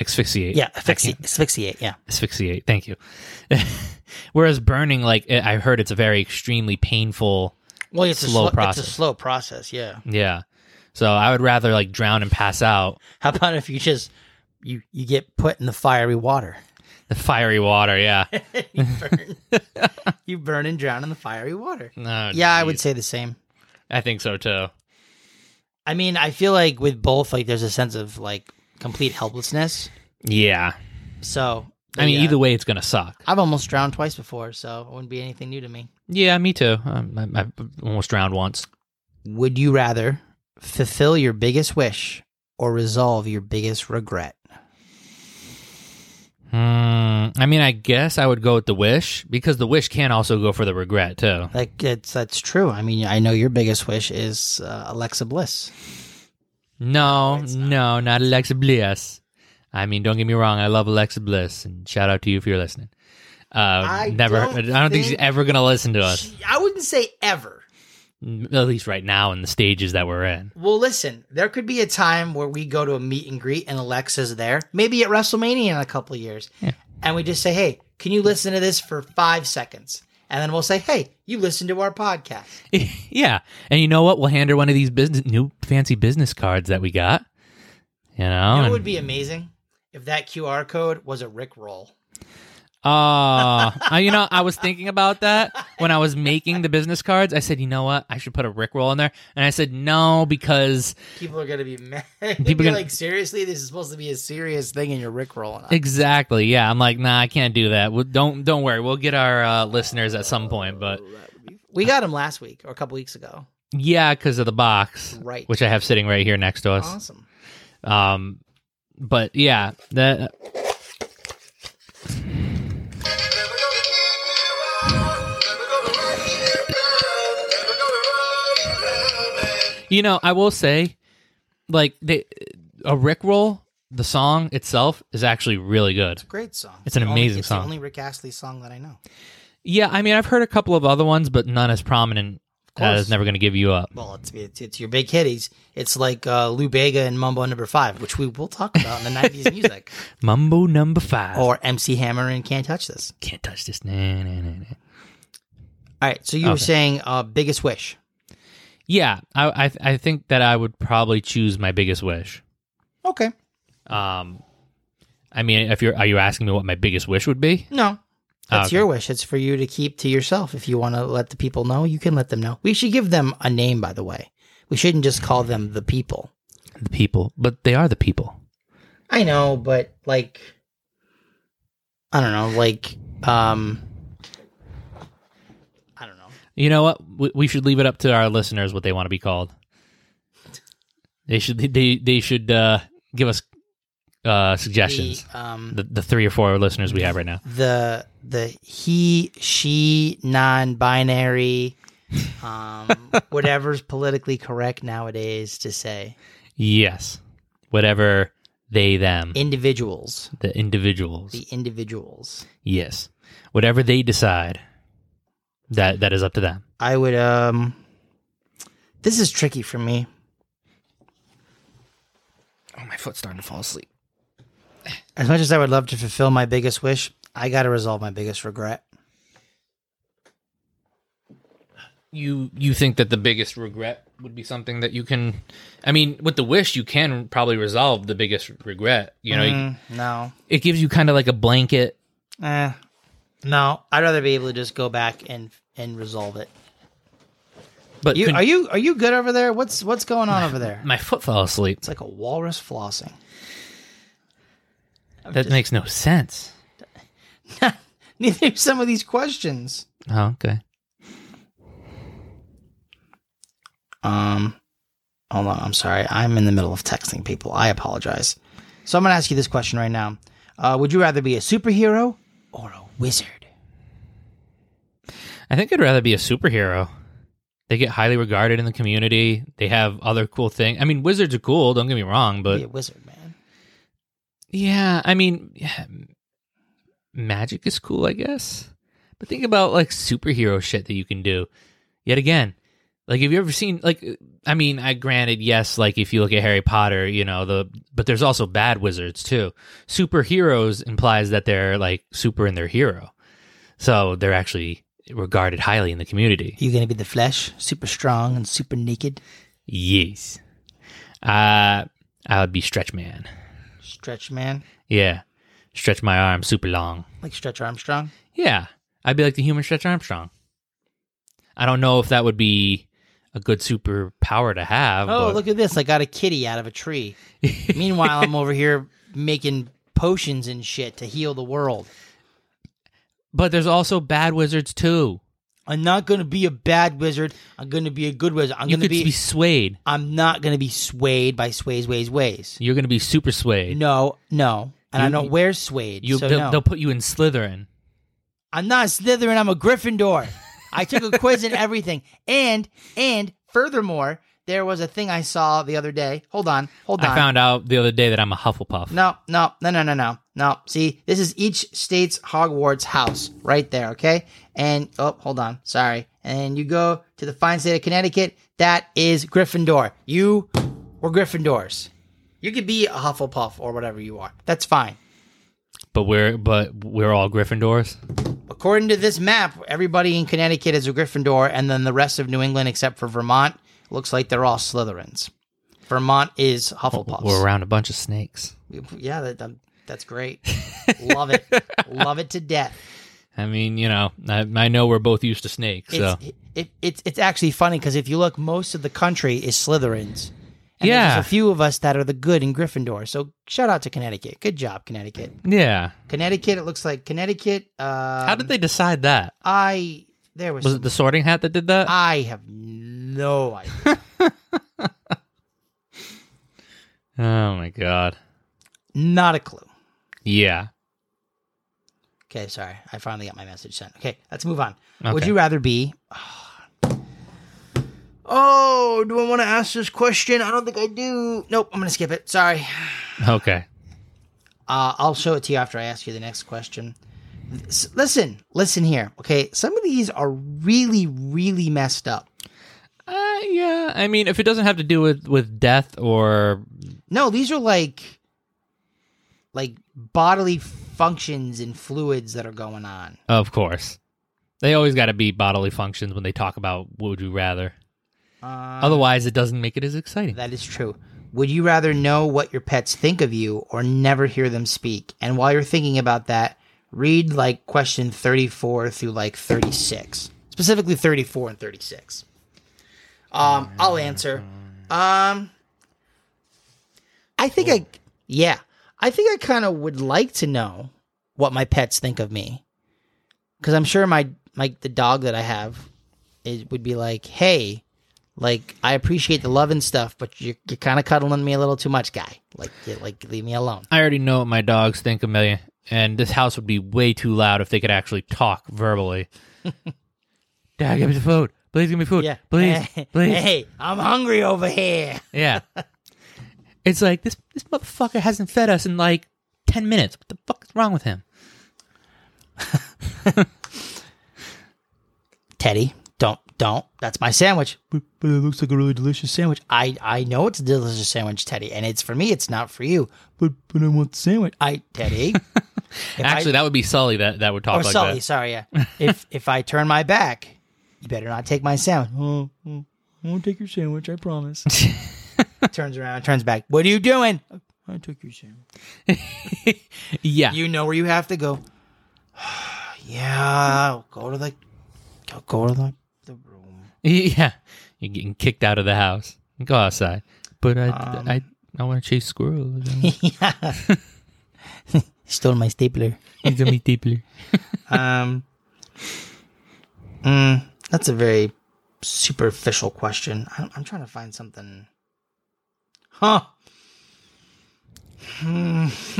C: asphyxiate.
B: Yeah,
C: I
B: asphyxi-
C: can't-
B: asphyxiate. Yeah.
C: asphyxiate. Thank you. Whereas burning, like eh, I I heard, it's a very extremely painful.
B: Well, it's
C: Slow
B: a slow It's
C: process.
B: a slow process. Yeah.
C: Yeah. So I would rather like drown and pass out
B: How about if you just you you get put in the fiery water?
C: the fiery water. Yeah. Oh,
B: you burn. you burn and drown in the fiery water.
C: No,
B: Yeah, I
C: geez.
B: would say the same.
C: I think so too.
B: I mean, I feel like with both, like there's a sense of like complete helplessness.
C: Yeah.
B: So
C: I mean,
B: yeah.
C: either way, it's gonna suck.
B: I've almost drowned twice before, so it wouldn't be anything new to me.
C: Yeah, me too. Um, I, I almost drowned once.
B: Would you rather fulfill your biggest wish or resolve your biggest regret?
C: Hmm. I mean, I guess I would go with the wish because the wish can also go for the regret too.
B: Like it's that's true. I mean, I know your biggest wish is uh, Alexa Bliss.
C: No,
B: It's not.
C: no, not Alexa Bliss. I mean, don't get me wrong. I love Alexa Bliss, and shout out to you if you're listening. Uh,
B: I
C: never.
B: don't
C: I don't think she's
B: think-
C: ever gonna listen to us.
B: She- I wouldn't say ever.
C: m- At least right now, in the stages that we're in.
B: Well, listen, there could be a time where we go to a meet and greet and Alexa's there, maybe at WrestleMania in a couple of years. And we just say, hey, can you listen to this for five seconds? And then we'll say, hey, you listen to our podcast.
C: yeah, and you know what? We'll hand her one of these business new fancy business cards that we got. You know.
B: You know
C: and-
B: what would be amazing if that QR code was a Rick roll.
C: Oh, I- you know, I was thinking about that when I was making the business cards. I said, you know what? I should put a Rickroll in there. And I said, no, because
B: People are going to be mad.
C: are
B: People are
C: gonna-
B: like, seriously, this is supposed to be a serious thing and you're Rick rolling.
C: exactly. Yeah. I'm like, nah, I can't do that. Well, don't, don't worry. We'll get our uh, listeners at some point. But
B: We got him last week or a couple weeks ago.
C: yeah, because of the box,
B: Right. Uh-huh.
C: which I have sitting right here next to us.
B: Awesome.
C: Um, but yeah, that, you know, I will say, like, they, a Rickroll, the song itself is actually really good.
B: Great song.
C: It's an
B: The only-
C: amazing
B: it's
C: song.
B: the only Rick Astley song that I know.
C: Yeah, I mean, I've heard a couple of other ones, but none as prominent
B: course.
C: as "Never Gonna Give You Up."
B: Well, it's it's, it's your big hitties. It's like uh, Lou Bega and Mumbo Number Five, which we will talk about in the '90s music,
C: Mumbo number five.
B: or MC Hammer and Can't Touch This.
C: Can't touch this. Nah, nah, nah, nah.
B: All right, so you were
C: Okay.
B: saying uh, biggest wish.
C: Yeah, I, I I think that I would probably choose my biggest wish.
B: Okay,
C: Um, I mean, if you're are you asking me what my biggest wish would be?
B: no, that's
C: okay.
B: your wish. It's for you to keep to yourself. If you want to let the people know, you can let them know. We should give them a name, by the way. We shouldn't just call them the people.
C: The people, but they are the people.
B: I know, but like, I don't know, like, um, I don't know.
C: You know what? We, we should leave it up to our listeners what they want to be called. They should they they should uh, give us uh, suggestions.
B: The, um,
C: The, the three or four listeners we have right now.
B: the the he she non-binary um whatever's politically correct nowadays to say
C: Yes. Whatever they, them,
B: individuals
C: the individuals.
B: the individuals
C: Yes. Whatever they decide, that that is up to them.
B: i would um this is tricky for me
C: Oh, my foot's starting to fall asleep.
B: as much as i would love to fulfill my biggest wish i gotta resolve my biggest regret
C: You you think that the biggest regret would be something that you can, I mean, with the wish you can probably resolve the biggest regret. You know,
B: Mm, no
C: it gives you kind of like a blanket.
B: eh. no i'd rather be able to just go back and and resolve it
C: But
B: you
C: could-
B: are you are you good over there what's what's going on over there
C: my foot fell asleep.
B: it's like a walrus flossing
C: that makes no sense.
B: Neither do some of these questions.
C: Oh, okay.
B: Um, hold on. I'm sorry. I'm in the middle of texting people. I apologize. So I'm going to ask you this question right now. Uh, would you rather be a superhero or a wizard?
C: I think I'd rather be a superhero. They get highly regarded in the community. They have other cool things. I mean, wizards are cool. Don't get me wrong, but
B: be a wizard, man.
C: Yeah, I mean, yeah, m- magic is cool, I guess. But think about like superhero shit that you can do. Yet again, like have you ever seen like uh, I mean, I granted yes, like if you look at Harry Potter, you know, the but there's also bad wizards too. Superheroes implies that they're like super in their hero. So they're actually regarded highly in the community.
B: You're going to be the flesh, super strong and super naked.
C: Yes. Uh I would be stretch man.
B: Stretch man,
C: Yeah. Stretch my arm super long.
B: like Stretch Armstrong.
C: Yeah, I'd be like the human Stretch Armstrong. I don't know if that would be a good superpower to have.
B: Oh,
C: but
B: look at this. I got a kitty out of a tree. Meanwhile, I'm over here making potions and shit to heal the world.
C: but there's also bad wizards too.
B: I'm not going to be a bad wizard. I'm going to be a good wizard. I'm
C: You
B: going to
C: could be,
B: be
C: swayed.
B: I'm not going to be swayed by sways, ways, ways.
C: You're going to be super swayed.
B: No, no. And I
C: You-
B: don't wear suede.
C: you
B: so
C: they'll,
B: no.
C: they'll put you in Slytherin.
B: I'm not a Slytherin. I'm a Gryffindor. I took a quiz and everything. And, and furthermore, there was a thing I saw the other day. Hold on. Hold on.
C: I found out the other day that I'm a Hufflepuff.
B: No, no, no, no, no, no, no. See, this is each state's Hogwarts house right there, okay? And, oh, hold on, sorry. And you go to the fine state of Connecticut, that is Gryffindor. You were Gryffindors. You could be a Hufflepuff or whatever you are. That's fine.
C: But we're but we're all Gryffindors.
B: According to this map, everybody in Connecticut is a Gryffindor, and then the rest of New England, except for Vermont, looks like they're all Slytherins. Vermont is Hufflepuffs.
C: We're around a bunch of snakes.
B: Yeah, that, that- that's great. Love it. Love it to death.
C: I mean, you know, I, I know we're both used to snakes. So
B: It's, it, it's it's actually funny because if you look, most of the country is Slytherins. And
C: Yeah.
B: there's a few of us that are the good in Gryffindor. So shout out to Connecticut. Good job, Connecticut.
C: yeah.
B: Connecticut. It looks like Connecticut. Uh,
C: How did they decide that?
B: I there was,
C: Was it the Sorting Hat that did that?
B: I have no idea.
C: oh my god.
B: Not a clue.
C: Yeah.
B: Okay, sorry. I finally got my message sent. Okay, let's move on. Would
C: Okay.
B: you rather be? Oh, do I want to ask this question? I don't think I do. Nope, I'm gonna skip it. Sorry.
C: Okay.
B: Uh, I'll show it to you after I ask you the next question. S- listen, listen here. Okay, some of these are really, really messed up.
C: Uh, yeah. I mean, if it doesn't have to do with with death or
B: No, these are like, like bodily functions and fluids that are going on.
C: of course, they always got to be bodily functions when they talk about what would you rather.
B: Uh,
C: Otherwise, it doesn't make it as exciting.
B: that is true. Would you rather know what your pets think of you or never hear them speak? And while you're thinking about that, read like question 34 through like 36, specifically 34 and 36. Um, I'll answer. Um, I think I, yeah, I think I kind of would like to know what my pets think of me, because I'm sure my my the dog that I have, it would be like, hey, Like I appreciate the love and stuff, but you're, you're kind of cuddling me a little too much, guy. Like, you- like leave me alone.
C: I already know what my dogs think of me, and this house would be way too loud if they could actually talk verbally. Dad, give me the food. Please give me food.
B: Yeah,
C: Please, please.
B: Hey, I'm hungry over here.
C: Yeah. it's like this this motherfucker hasn't fed us in like 10 minutes. What the fuck is wrong with him?
B: Teddy, don't, don't. That's my sandwich. But, but it looks like a really delicious sandwich. I, I know it's a delicious sandwich, Teddy, and it's for me. It's not for you. But, but I want the sandwich. I, Teddy. If I-
C: Actually, that would be Sully that, that would talk
B: or
C: like
B: Sully,
C: that.
B: sorry, yeah. if if I turn my back, you better not take my sandwich. Oh, oh, I won't take your sandwich, I promise. turns around, turns back. What are you doing? I took your sandwich.
C: Yeah.
B: You know where you have to go. yeah, go to the go, go to the, the room.
C: yeah. You're getting kicked out of the house. Go outside. But I
B: Um,
C: I I want to chase squirrels.
B: yeah. Stole my stapler.
C: He's gonna be deeply.
B: Um mm, that's a very superficial question. I'm, I'm trying to find something. Huh. Hmm.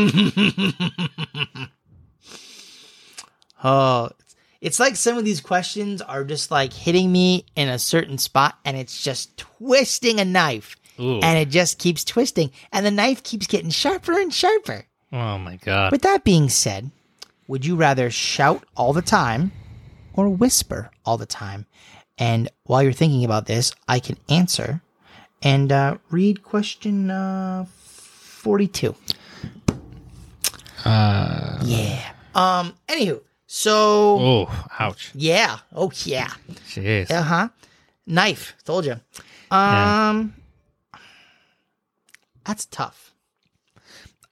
B: oh, it's- it's like some of these questions are just like hitting me in a certain spot and it's just twisting a knife
C: Ooh.
B: and it just keeps twisting and the knife keeps getting sharper and sharper.
C: Oh my god.
B: With that being said, would you rather shout all the time or whisper all the time? And while you're thinking about this, I can answer and uh, read question uh, 42.
C: Uh,
B: Yeah. Um. Anywho, so
C: oh, ouch.
B: yeah. Oh yeah.
C: Jeez.
B: Uh huh. Knife. Told you. Um. That's tough.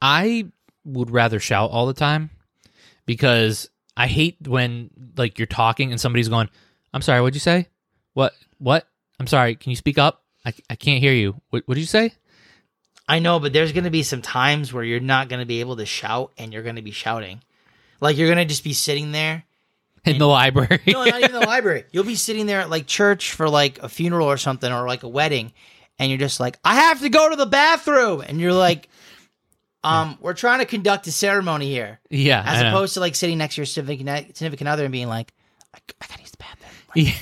C: I would rather shout all the time because I hate when like you're talking and somebody's going, "I'm sorry, what'd you say? What? What? I'm sorry. Can you speak up? I, I can't hear you. What, what did you say?
B: I know, but there's going to be some times where you're not going to be able to shout, and you're going to be shouting. Like you're going to just be sitting there
C: In the library?
B: No, not even the library. You'll be sitting there at like church for like a funeral or something or like a wedding, and you're just like, I have to go to the bathroom, and you're like, um, we're trying to conduct a ceremony here,
C: yeah.
B: as
C: I know.
B: opposed to like sitting next to your significant significant other and being like, I, I gotta use the bathroom. Like,
C: Yeah.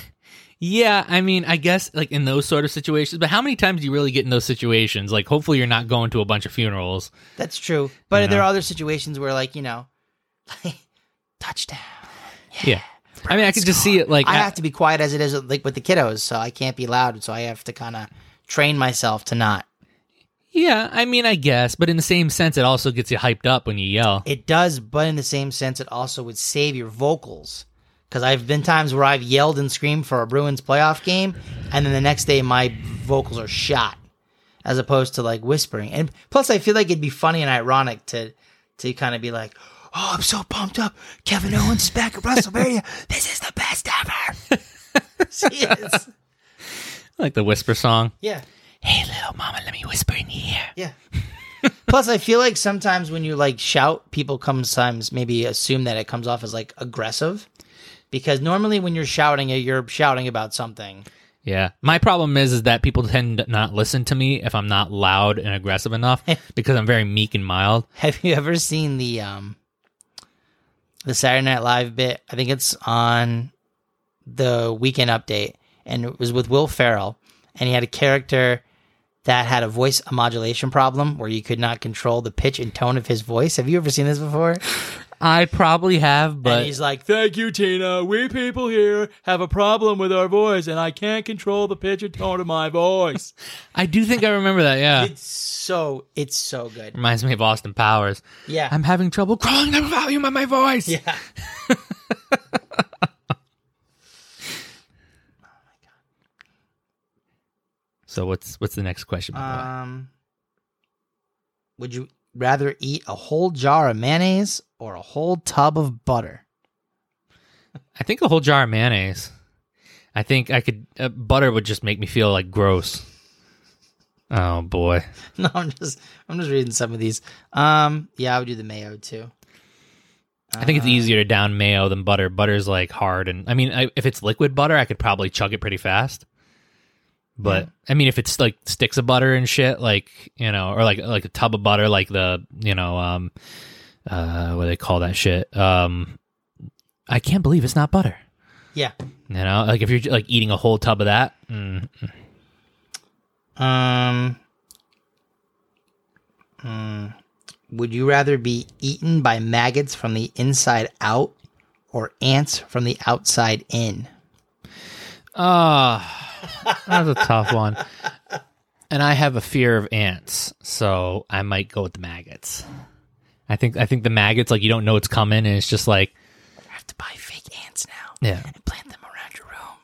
C: Yeah, I mean, I guess like in those sort of situations, but how many times do you really get in those situations? Like, hopefully, you're not going to a bunch of funerals.
B: That's true, but
C: You
B: there
C: know.
B: are other situations where like you know, like touchdown.
C: Yeah, I mean, I could just see it. Like,
B: I have to be quiet as it is like with the kiddos, so I can't be loud, so I have to kind of train myself to not
C: yeah, I mean, I guess, but in the same sense, it also gets you hyped up when you yell.
B: It does, but in the same sense, it also would save your vocals. Because I've been times where I've yelled and screamed for a Bruins playoff game, and then the next day my vocals are shot, as opposed to like whispering. And plus, I feel like it'd be funny and ironic to to kind of be like, "Oh, I'm so pumped up! Kevin Owens back at WrestleMania. This is the best ever." See, it's-
C: Like the whisper song.
B: yeah.
C: Hey, little mama, let me whisper in your ear.
B: Yeah. Plus, I feel like sometimes when you like shout, people come sometimes maybe assume that it comes off as like aggressive, because normally when you're shouting, you're shouting about something.
C: Yeah. My problem is is that people tend to not listen to me if I'm not loud and aggressive enough because I'm very meek and mild.
B: Have you ever seen the um the Saturday Night Live bit? I think it's on the Weekend Update, and it was with Will Ferrell, and he had a character that had a voice modulation problem where you could not control the pitch and tone of his voice. Have you ever seen this before?
C: I probably have,
B: and
C: but
B: he's like,
D: Thank you, Tina. We people here have a problem with our voice, and I can't control the pitch and tone of my voice.
C: I do think I remember that. Yeah.
B: It's so it's so good.
C: Reminds me of Austin Powers.
B: Yeah.
C: I'm having trouble crawling the volume of my voice.
B: yeah. oh my god.
C: So what's what's the next question? my boy?
B: Um would you rather eat a whole jar of mayonnaise or a whole tub of butter?
C: I think a whole jar of mayonnaise. I think I could uh, butter would just make me feel like gross. Oh boy.
B: No, I'm just I'm just reading some of these. Um yeah, I would do the mayo too.
C: I think it's easier to down mayo than butter. Butter's like hard, and I mean, I, if it's liquid butter, I could probably chug it pretty fast. But I mean, if it's like sticks of butter and shit, like you know, or like like a tub of butter, like the you know, um, uh, what do they call that shit? Um, I can't believe it's not butter.
B: Yeah.
C: You know, like if you're like eating a whole tub of that, mm,
B: Um. mm, would you rather be eaten by maggots from the inside out or ants from the outside in?
C: Ah, that was a tough one. And I have a fear of ants, so I might go with the maggots. I think I think the maggots, like you don't know it's coming, and it's just like,
B: I have to buy fake ants now
C: yeah,
B: and plant them around your room.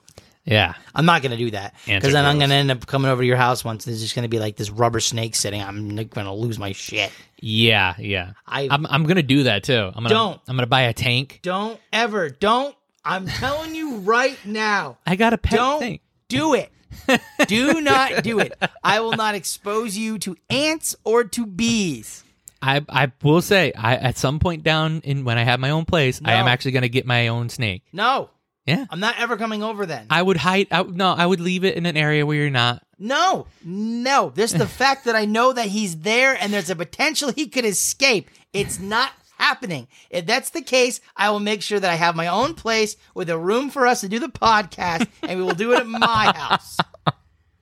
C: yeah,
B: I'm not gonna do that
C: Ants
B: because
C: are
B: then I'm
C: gross.
B: gonna end up coming over to your house once. And there's just gonna be like this rubber snake sitting. I'm n- gonna lose my shit.
C: yeah, yeah.
B: I-
C: I'm I'm gonna do that too. I'm gonna
B: Don't.
C: I'm gonna buy a tank.
B: Don't ever, don't. I'm telling you right now,
C: I got a pet
B: don't
C: thing.
B: do it. do not do it. I will not expose you to ants or to bees.
C: I I will say, I at some point down in when I have my own place, I am
B: No.
C: actually gonna get my own snake.
B: No,
C: Yeah,
B: I'm not ever coming over then.
C: I would hide. I, no, I would leave it in an area where you're not.
B: no, no. This the fact that I know that he's there and there's a potential he could escape. It's not happening. If that's the case, I will make sure that I have my own place with a room for us to do the podcast, and we will do it at my house.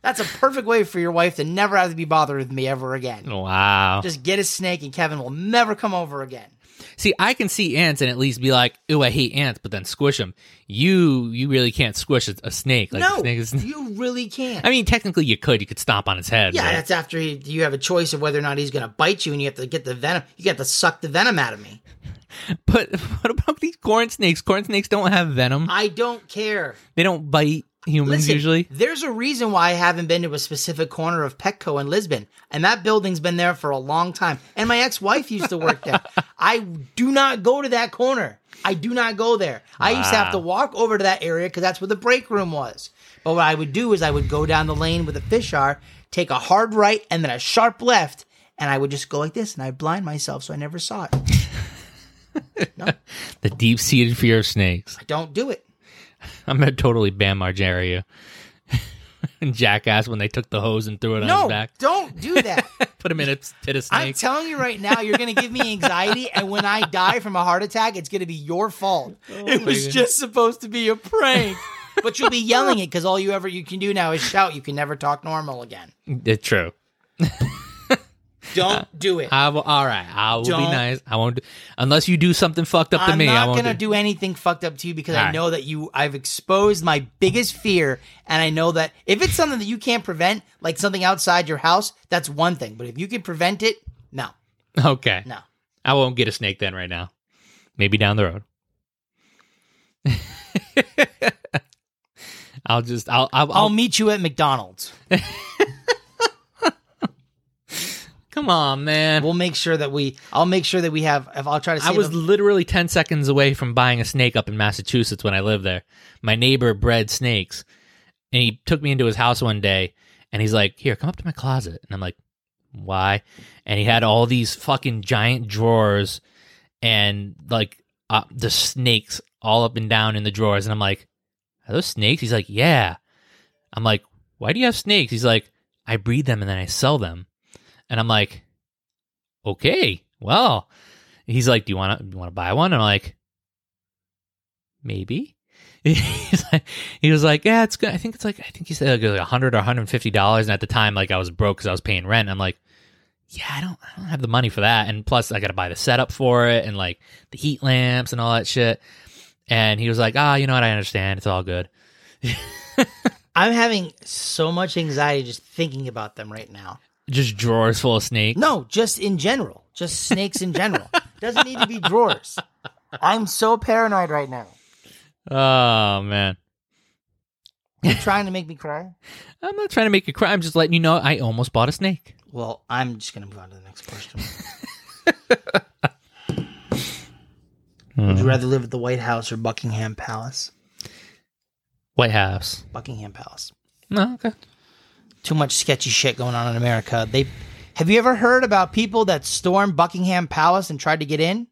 B: That's a perfect way for your wife to never have to be bothered with me ever again.
C: Wow.
B: Just get a snake, and Kevin will never come over again.
C: See, I can see ants and at least be like, "Ooh, I hate ants," but then squish them. You, you really can't squish a, a snake. Like, a
B: no,
C: snake is,
B: you really can't.
C: I mean, technically, you could. You could stomp on its head.
B: Yeah,
C: but-
B: that's after he, you have a choice of whether or not he's going to bite you, and you have to get the venom. You got to suck the venom out of me.
C: But what about these corn snakes? Corn snakes don't have venom.
B: I don't care.
C: They don't bite humans
B: Listen,
C: usually.
B: there's a reason why I haven't been to a specific corner of Petco in Lisbon, and that building's been there for a long time. And my ex-wife used to work there. I do not go to that corner. I do not go there. I used to have to walk over to that area because that's where the break room was. But what I would do is I would go down the lane where the fish are, take a hard right and then a sharp left, and I would just go like this, and I'd blind myself so I never saw it.
C: The deep seated fear of snakes.
B: I don't do it.
C: I'm gonna totally ban Margeria. Jackass when they took the hose and threw it on his
B: No,
C: back.
B: don't do that.
C: Put him in a pit of
B: I'm
C: snakes.
B: telling you right now, you're going to give me anxiety, and when I die from a heart attack, it's going to be your fault.
C: Oh
B: it was just supposed to be a prank, but you'll be yelling it because all you ever you can do now is shout. You can never talk normal again.
C: it's true.
B: Don't do it.
C: I will. All right. I will be
B: Don't-
C: nice. I won't. Unless you do something fucked up to
B: I'm
C: me, I
B: not
C: won't.
B: going to
C: do-
B: do anything fucked up to you because I
C: Alright.
B: know that you. I've exposed my biggest fear, and I know that if it's something that you can't prevent, like something outside your house, that's one thing. But if you can prevent it, no,
C: Okay.
B: no.
C: I won't get a snake then right now. Maybe down the road. I'll just I'll I'll,
B: I'll
C: I'll
B: meet you at McDonald's.
C: come on man.
B: We'll make sure that we. I'll make sure that we have. If I'll try to.
C: I
B: Save
C: was
B: a-
C: literally 10 seconds away from buying a snake up in Massachusetts when I lived there. My neighbor bred snakes and he took me into his house one day and he's like, "Here, come up to my closet." And I'm like, "Why?" And he had all these fucking giant drawers and like uh, the snakes all up and down in the drawers and I'm like, "Are those snakes?" He's like, "Yeah." I'm like, "Why do you have snakes?" He's like, "I breed them and then I sell them." And I'm like, "Okay. Well, he's like, "Do you want to you want to buy one?" And I'm like, "Maybe." He's like, he was like, "Yeah, it's good. I think it's like I think he said like a hundred or hundred and fifty dollars." And at the time, like I was broke because I was paying rent. I'm like, "Yeah, I don't I don't have the money for that." And plus, I got to buy the setup for it and like the heat lamps and all that shit. And he was like, "Ah, you know what? I understand. It's all good."
B: I'm having so much anxiety just thinking about them right now.
C: Just drawers full of snakes.
B: No, just in general, just snakes in general. Doesn't need to be drawers. I'm so paranoid right now.
C: Oh man.
B: You're trying to make me cry.
C: I'm not trying to make you cry. I'm just letting you know I almost bought a snake.
B: Well, I'm just gonna move on to the next question. Would you rather live at the White House or Buckingham Palace?
C: White House.
B: Buckingham Palace.
C: No, okay.
B: Too much sketchy shit going on in America. They have you ever heard about people that stormed Buckingham Palace and tried to get in?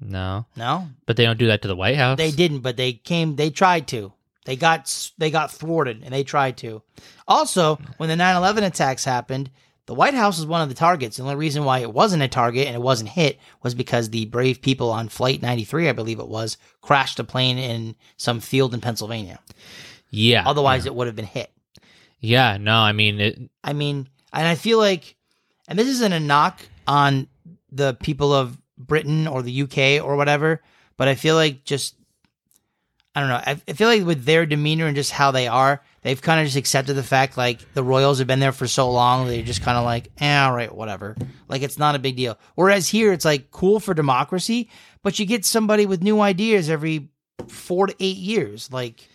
C: No.
B: No,
C: But they don't do that to the White House.
B: they didn't, but they came. They tried to. They got s- they got thwarted and they tried to. Also, when the 9/11 attacks happened, the White House was one of the targets. The only reason why it wasn't a target and it wasn't hit was because the brave people on flight 93, I believe it was, crashed a plane in some field in Pennsylvania.
C: Yeah.
B: Otherwise, it would have been hit.
C: Yeah. No, I mean, it,
B: I mean, and I feel like, and this isn't a knock on the people of Britain or the UK or whatever, but I feel like just, I don't know. I, I feel like with their demeanor and just how they are, they've kind of just accepted the fact like the Royals have been there for so long, they're just kind of like, eh, all right, whatever. Like it's not a big deal. Whereas here, it's like cool for democracy, but you get somebody with new ideas every four to eight years. Like,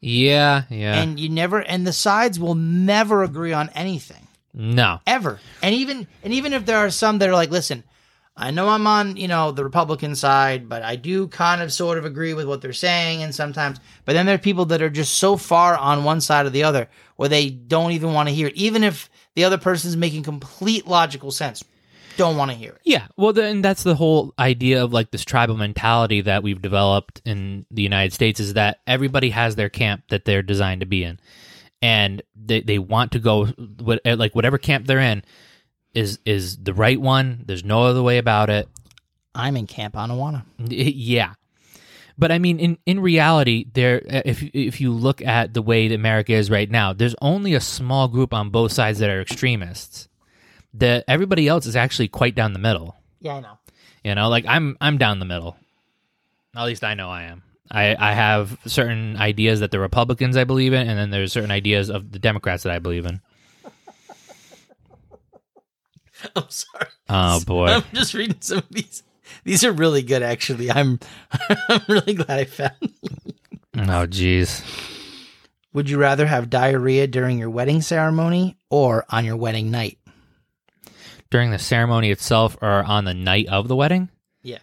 C: yeah. Yeah.
B: and you never, and the sides will never agree on anything
C: no.
B: ever. And even and even if there are some that are like, listen, I know I'm on you know the Republican side, but I do kind of sort of agree with what they're saying, and sometimes. But then there are people that are just so far on one side or the other where they don't even want to hear it, even if the other person's making complete logical sense. Don't want to hear it.
C: Yeah, well, then that's the whole idea of like this tribal mentality that we've developed in the United States is that everybody has their camp that they're designed to be in, and they they want to go what- like whatever camp they're in is is the right one. There's no other way about it.
B: I'm in Camp Anawana.
C: Yeah. But I mean, in, in reality, there uh, if if you look at the way that America is right now, there's only a small group on both sides that are extremists. That everybody else is actually quite down the middle.
B: Yeah, I know.
C: You know, like I'm I'm down the middle. At least I know I am. I, I have certain ideas that the Republicans I believe in, and then there's certain ideas of the Democrats that I believe in.
B: I'm sorry.
C: Oh boy.
B: I'm just reading some of these. These are really good, actually. I'm I'm really glad I found.
C: Oh jeez.
B: Would you rather have diarrhea during your wedding ceremony or on your wedding night?
C: During the ceremony itself or on the night of the wedding?
B: Yeah.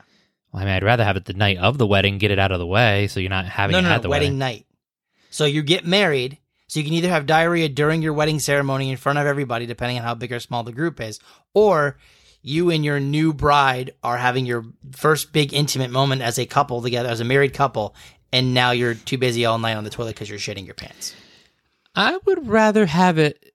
C: Well, I mean, I'd rather have it the night of the wedding, get it out of the way, so you're not having
B: No,
C: it
B: no,
C: at
B: no,
C: the wedding.
B: wedding, night. So you get married, so you can either have diarrhea during your wedding ceremony in front of everybody, depending on how big or small the group is, or you and your new bride are having your first big intimate moment as a couple together, as a married couple, and now you're too busy all night on the toilet because you're shitting your pants.
C: I would rather have it.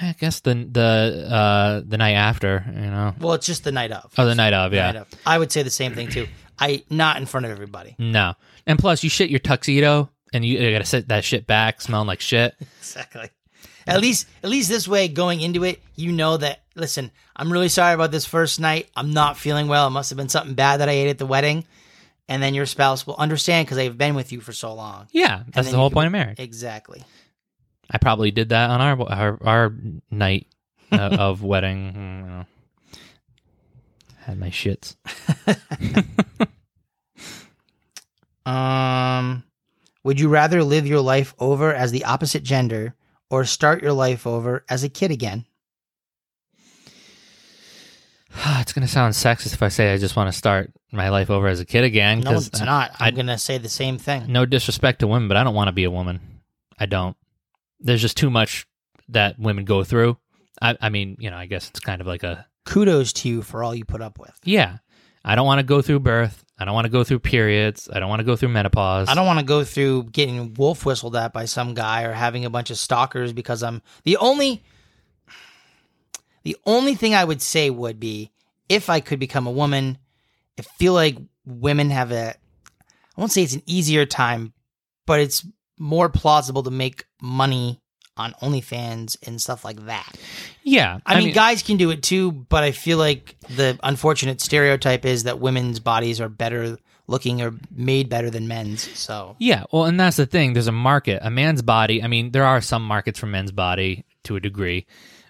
C: I guess the the uh, the night after, you know,
B: Well, it's just the night of.
C: or the night of,
B: The
C: Oh, yeah.
B: night of. I would say the same thing too. I not in front of everybody.
C: No, and plus you shit your tuxedo, and you, you gotta sit that shit back, smelling like shit.
B: Exactly. At least, at least this way, going into it, you know that. Listen, I'm really sorry about this first night. I'm not feeling well. It must have been something bad that I ate at the wedding, and then your spouse will understand because they've been with you for so long.
C: Yeah, that's
B: then
C: the whole
B: you can-
C: point of marriage.
B: Exactly.
C: I probably did that on our our, our night uh, of wedding. Mm, you know. Had my shits.
B: Um, would you rather live your life over as the opposite gender or start your life over as a kid again?
C: it's gonna sound sexist if I say I just want to start my life over as a kid again.
B: No,
C: 'cause
B: it's
C: I-
B: not. I'm
C: I-
B: gonna say the same thing.
C: no disrespect to women, but I don't want to be a woman. I don't. There's just too much that women go through. I, I mean, you know, I guess it's kind of like a
B: Kudos to you for all you put up with.
C: yeah. I don't want to go through birth. I don't want to go through periods. I don't want to go through menopause.
B: I don't want to go through getting wolf whistled at by some guy or having a bunch of stalkers because I'm the only the only thing I would say would be if I could become a woman, I feel like women have a I won't say it's an easier time, but it's more plausible to make money on OnlyFans and stuff like that.
C: Yeah,
B: I, mean, guys can do it too, but I feel like the unfortunate stereotype is that women's bodies are better looking or made better than men's. So
C: Yeah, well, and that's the thing. There's a market. A man's body. I mean, there are some markets for men's body to a degree,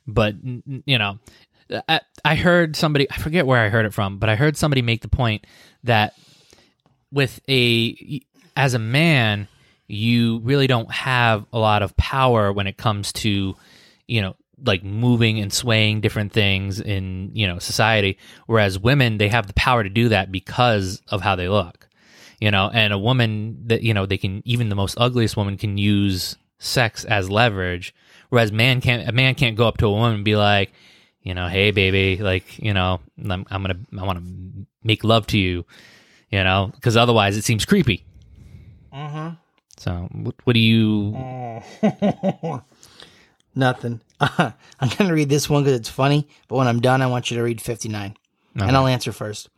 C: but n- n- you know, I, I heard somebody. I forget where I heard it from, but I heard somebody make the point that with a as a man, you really don't have a lot of power when it comes to you know like moving and swaying different things in you know society whereas women they have the power to do that because of how they look you know and a woman that you know they can even the most ugliest woman can use sex as leverage whereas man can't a man can't go up to a woman and be like you know hey baby like you know i'm, I'm gonna i want to make love to you you know because otherwise it seems creepy
B: Mm-hmm. Mm.
C: So, what, what do you?
B: Nothing. I'm going to read this one because it's funny, but when I'm done, I want you to read 59. And I'll answer first.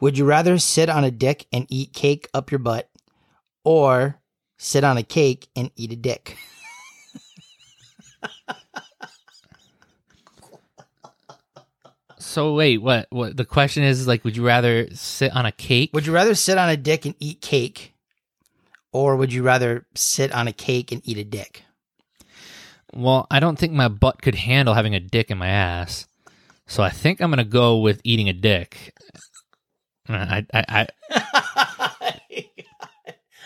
B: Would you rather sit on a dick and eat cake up your butt or sit on a cake and eat a dick?
C: So wait, what? What the question is? Like, would you rather sit on a cake?
B: Would you rather sit on a dick and eat cake or would you rather sit on a cake and eat a dick?
C: Well, I don't think my butt could handle having a dick in my ass, so I think I'm gonna go with eating a dick. Uh, I I I,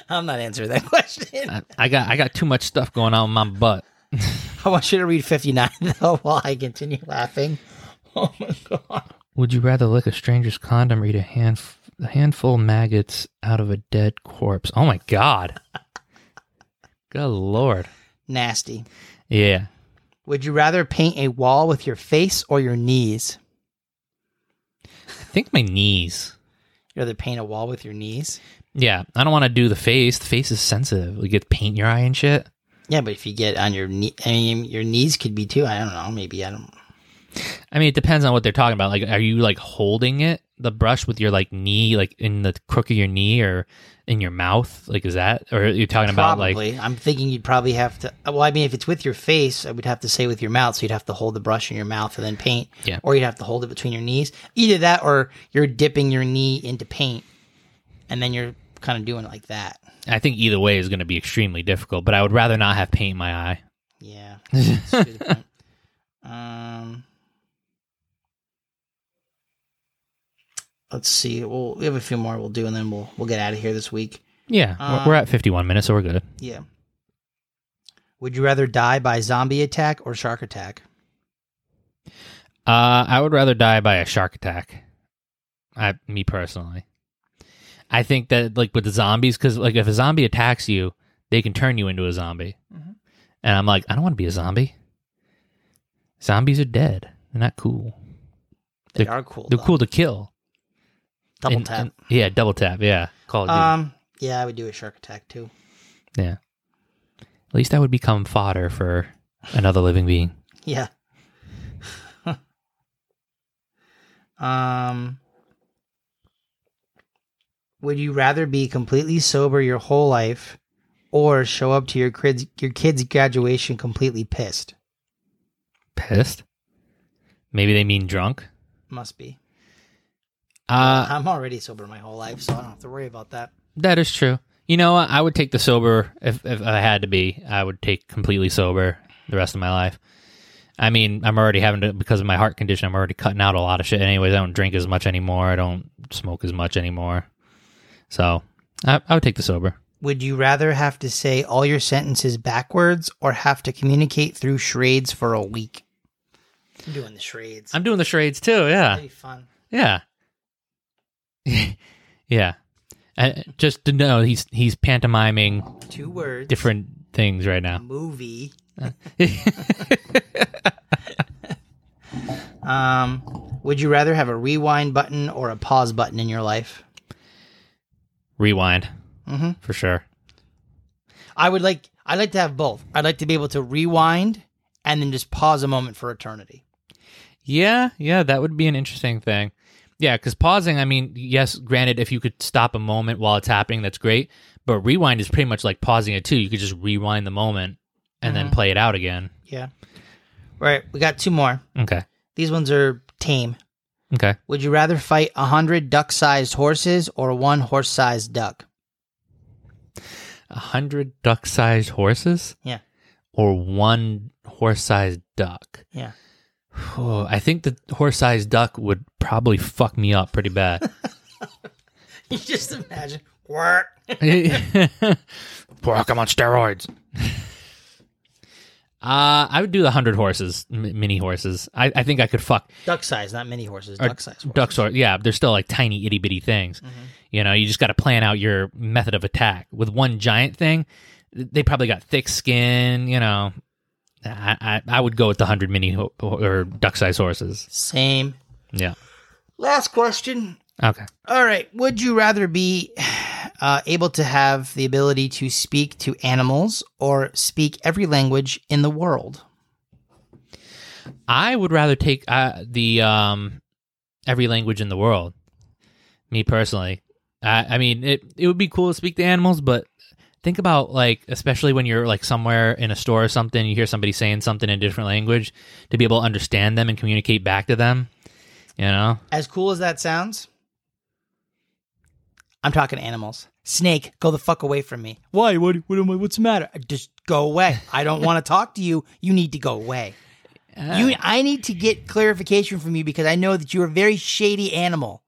B: I'm not answering that question.
C: I- I got I got too much stuff going on in my butt.
B: I want you to read 59 though while I continue laughing. Oh my god.
C: Would you rather lick a stranger's condom or eat a hand a handful of maggots out of a dead corpse? Oh my god. Good lord.
B: Nasty.
C: Yeah.
B: Would you rather paint a wall with your face or your knees?
C: I think my knees.
B: You'd rather paint a wall with your knees?
C: Yeah, I don't want to do the face. The face is sensitive. You get paint in your eye and shit.
B: Yeah, but if you get on your knee, I mean, your knees could be too. I don't know. Maybe I don't.
C: I mean, it depends on what they're talking about. Like, are you like holding it, the brush with your like knee, like in the crook of your knee or in your mouth? Like, is that, or are you talking about like,
B: Probably. I'm thinking you'd probably have to. Well, I mean, if it's with your face, I would have to say with your mouth. So you'd have to hold the brush in your mouth and then paint.
C: Yeah.
B: Or you'd have to hold it between your knees. Either that or you're dipping your knee into paint and then you're kind of doing it like that.
C: I think either way is going to be extremely difficult, but I would rather not have paint in my eye.
B: Yeah. That's a good point. Um, let's see. We'll we have a few more we'll do, and then we'll we'll get out of here this week.
C: Yeah, we're, we're at 51 minutes, so we're good.
B: Yeah. Would you rather die by zombie attack or shark attack?
C: Uh, I would rather die by a shark attack. I, me personally, I think that like with the zombies, because like if a zombie attacks you, they can turn you into a zombie, and I'm like, I don't want to be a zombie. Zombies are dead. They're not cool.
B: They
C: They're-
B: are cool.
C: They're
B: though.
C: cool to kill.
B: Double
C: And-
B: tap.
C: and- oh, yeah, double tap. Yeah, Call of Duty.
B: um. Yeah, I would do a shark attack too.
C: yeah. At least I would become fodder for another living being.
B: Yeah. um. Would you rather be completely sober your whole life, or show up to your kids your kids' graduation completely pissed?
C: Pissed. Maybe they mean drunk.
B: Must be.
C: Uh,
B: I'm already sober my whole life, so I don't have to worry about that.
C: That is true. You know, I would take the sober if, if I had to be. I would take completely sober the rest of my life. I mean, I'm already having to because of my heart condition. I'm already cutting out a lot of shit. Anyways, I don't drink as much anymore. I don't smoke as much anymore. So I, I would take the sober.
B: Would you rather have to say all your sentences backwards, or have to communicate through charades for a week? I'm doing the charades.
C: I'm doing the charades too. Yeah,
B: That'd be fun.
C: yeah, yeah. I, just to know, he's he's pantomiming
B: Two words.
C: different things right now.
B: movie. um, would you rather have a rewind button or a pause button in your life?
C: Rewind
B: Mhm.
C: for sure.
B: I would like. I'd like to have both. I'd like to be able to rewind and then just pause a moment for eternity.
C: Yeah, yeah, that would be an interesting thing. Yeah, because pausing, I mean, yes, granted, if you could stop a moment while it's happening, that's great. But rewind is pretty much like pausing it too. You could just rewind the moment and then play it out again.
B: Yeah. All right. We got two more.
C: Okay.
B: These ones are tame.
C: Okay.
B: Would you rather fight a hundred duck-sized horses or one horse-sized duck?
C: A hundred duck sized horses
B: Yeah.
C: or one horse sized duck?
B: Yeah.
C: Oh, I think the horse sized duck would probably fuck me up pretty bad.
B: You just imagine. Work.
C: Uh, Brock, I'm on steroids. uh, I would do the 100 horses, m- mini horses. I, I think I could fuck
B: Duck size, not mini horses.
C: or
B: Duck size. horses.
C: ducks or yeah, they're still like tiny itty bitty things. You know, you just got to plan out your method of attack. With one giant thing, th- they probably got thick skin. You know, I I, I would go with the 100 mini ho- or duck size horses.
B: Same.
C: Yeah.
B: Last question.
C: Okay.
B: All right. Would you rather be uh, able to have the ability to speak to animals or speak every language in the world?
C: I would rather take uh, the um, every language in the world. Me personally, I, I mean, it it would be cool to speak to animals, but think about like, especially when you're like somewhere in a store or something, you hear somebody saying something in a different language, to be able to understand them and communicate back to them. You know,
B: As cool as that sounds, I'm talking animals. Snake, go the fuck away from me.
D: Why? What? what am I, what's the matter?
B: Just go away. I don't want to talk to you. You need to go away. You, I need to get clarification from you because I know that you're a very shady animal.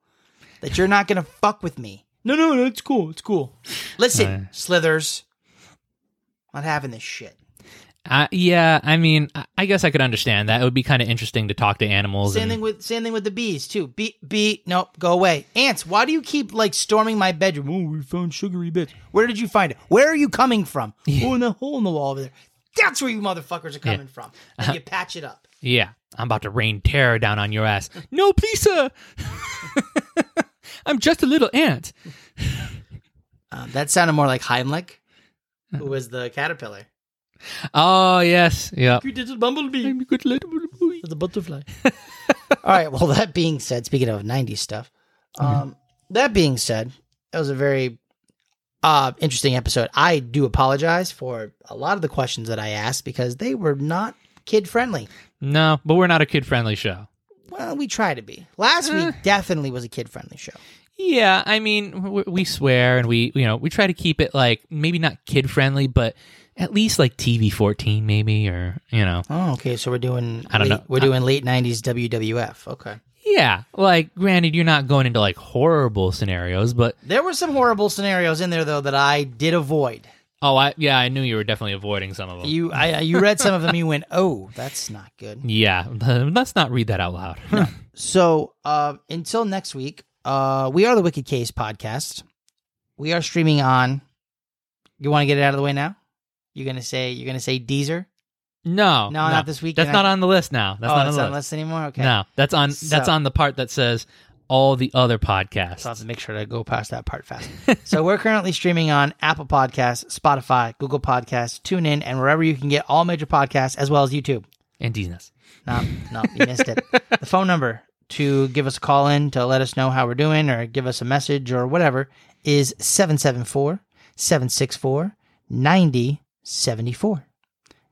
B: That you're not gonna fuck with me.
D: No, no, no. It's cool. It's cool.
B: Listen, Slithers. Not having this shit.
C: I, yeah. I mean, I, I guess I could understand that. It would be kind of interesting to talk to animals.
B: Same
C: and-
B: thing with same thing with the bees too. Bee bee nope, go away. Ants, why do you keep like storming my bedroom?
D: Oh, we found sugary bits.
B: Where did you find it? Where are you coming from?
C: Yeah.
B: Oh, in that hole in the wall over there. That's where you motherfuckers are coming from. Then you patch it up.
C: Yeah, I'm about to rain terror down on your ass. No, please, sir. I'm just a little ant.
B: Um, that sounded more like Heimlich, who was the caterpillar.
C: Oh yes, yeah.
D: You did a bumblebee.
C: I'm a good little boy.
D: The butterfly.
B: All right. Well, that being said, speaking of '90s stuff, um, that being said, that was a very uh, interesting episode. I do apologize for a lot of the questions that I asked because they were not kid friendly.
C: No, but we're not a kid-friendly show.
B: Well, we try to be. Last week definitely was a kid friendly show.
C: Yeah, I mean, w- we swear and we, you know, we try to keep it like maybe not kid-friendly, but at least like TV-14, maybe, or you know,
B: Oh, okay. So we're doing.
C: I don't
B: late-
C: know.
B: We're doing late '90s WWF. Okay.
C: yeah. Like, granted, you're not going into like horrible scenarios, but
B: There were some horrible scenarios in there though that I did avoid.
C: oh, I yeah, I knew you were definitely avoiding some of them.
B: You, I, I- you read some of them. You went, "Oh, that's not good."
C: yeah, let's not read that out loud.
B: So uh, until next week, uh, we are the Wicked Case podcast. We are streaming on. You want to get it out of the way now? You're gonna say you're gonna say Deezer.
C: Oh, No,
B: No, not this week.
C: That's
B: Can I-
C: not on the list now. That's
B: oh,
C: not on
B: it's
C: the
B: not
C: list.
B: list anymore. Okay.
C: No, that's on that's
B: So-
C: on the part that says all the other podcasts.
B: So I have to make sure to go past that part fast. so we're currently streaming on Apple Podcasts, Spotify, Google Podcasts, TuneIn, and wherever you can get all major podcasts, as well as YouTube.
C: and Disney's.
B: No, no, you missed it. The phone number to give us a call in to let us know how we're doing or give us a message or whatever is 774 764 9074.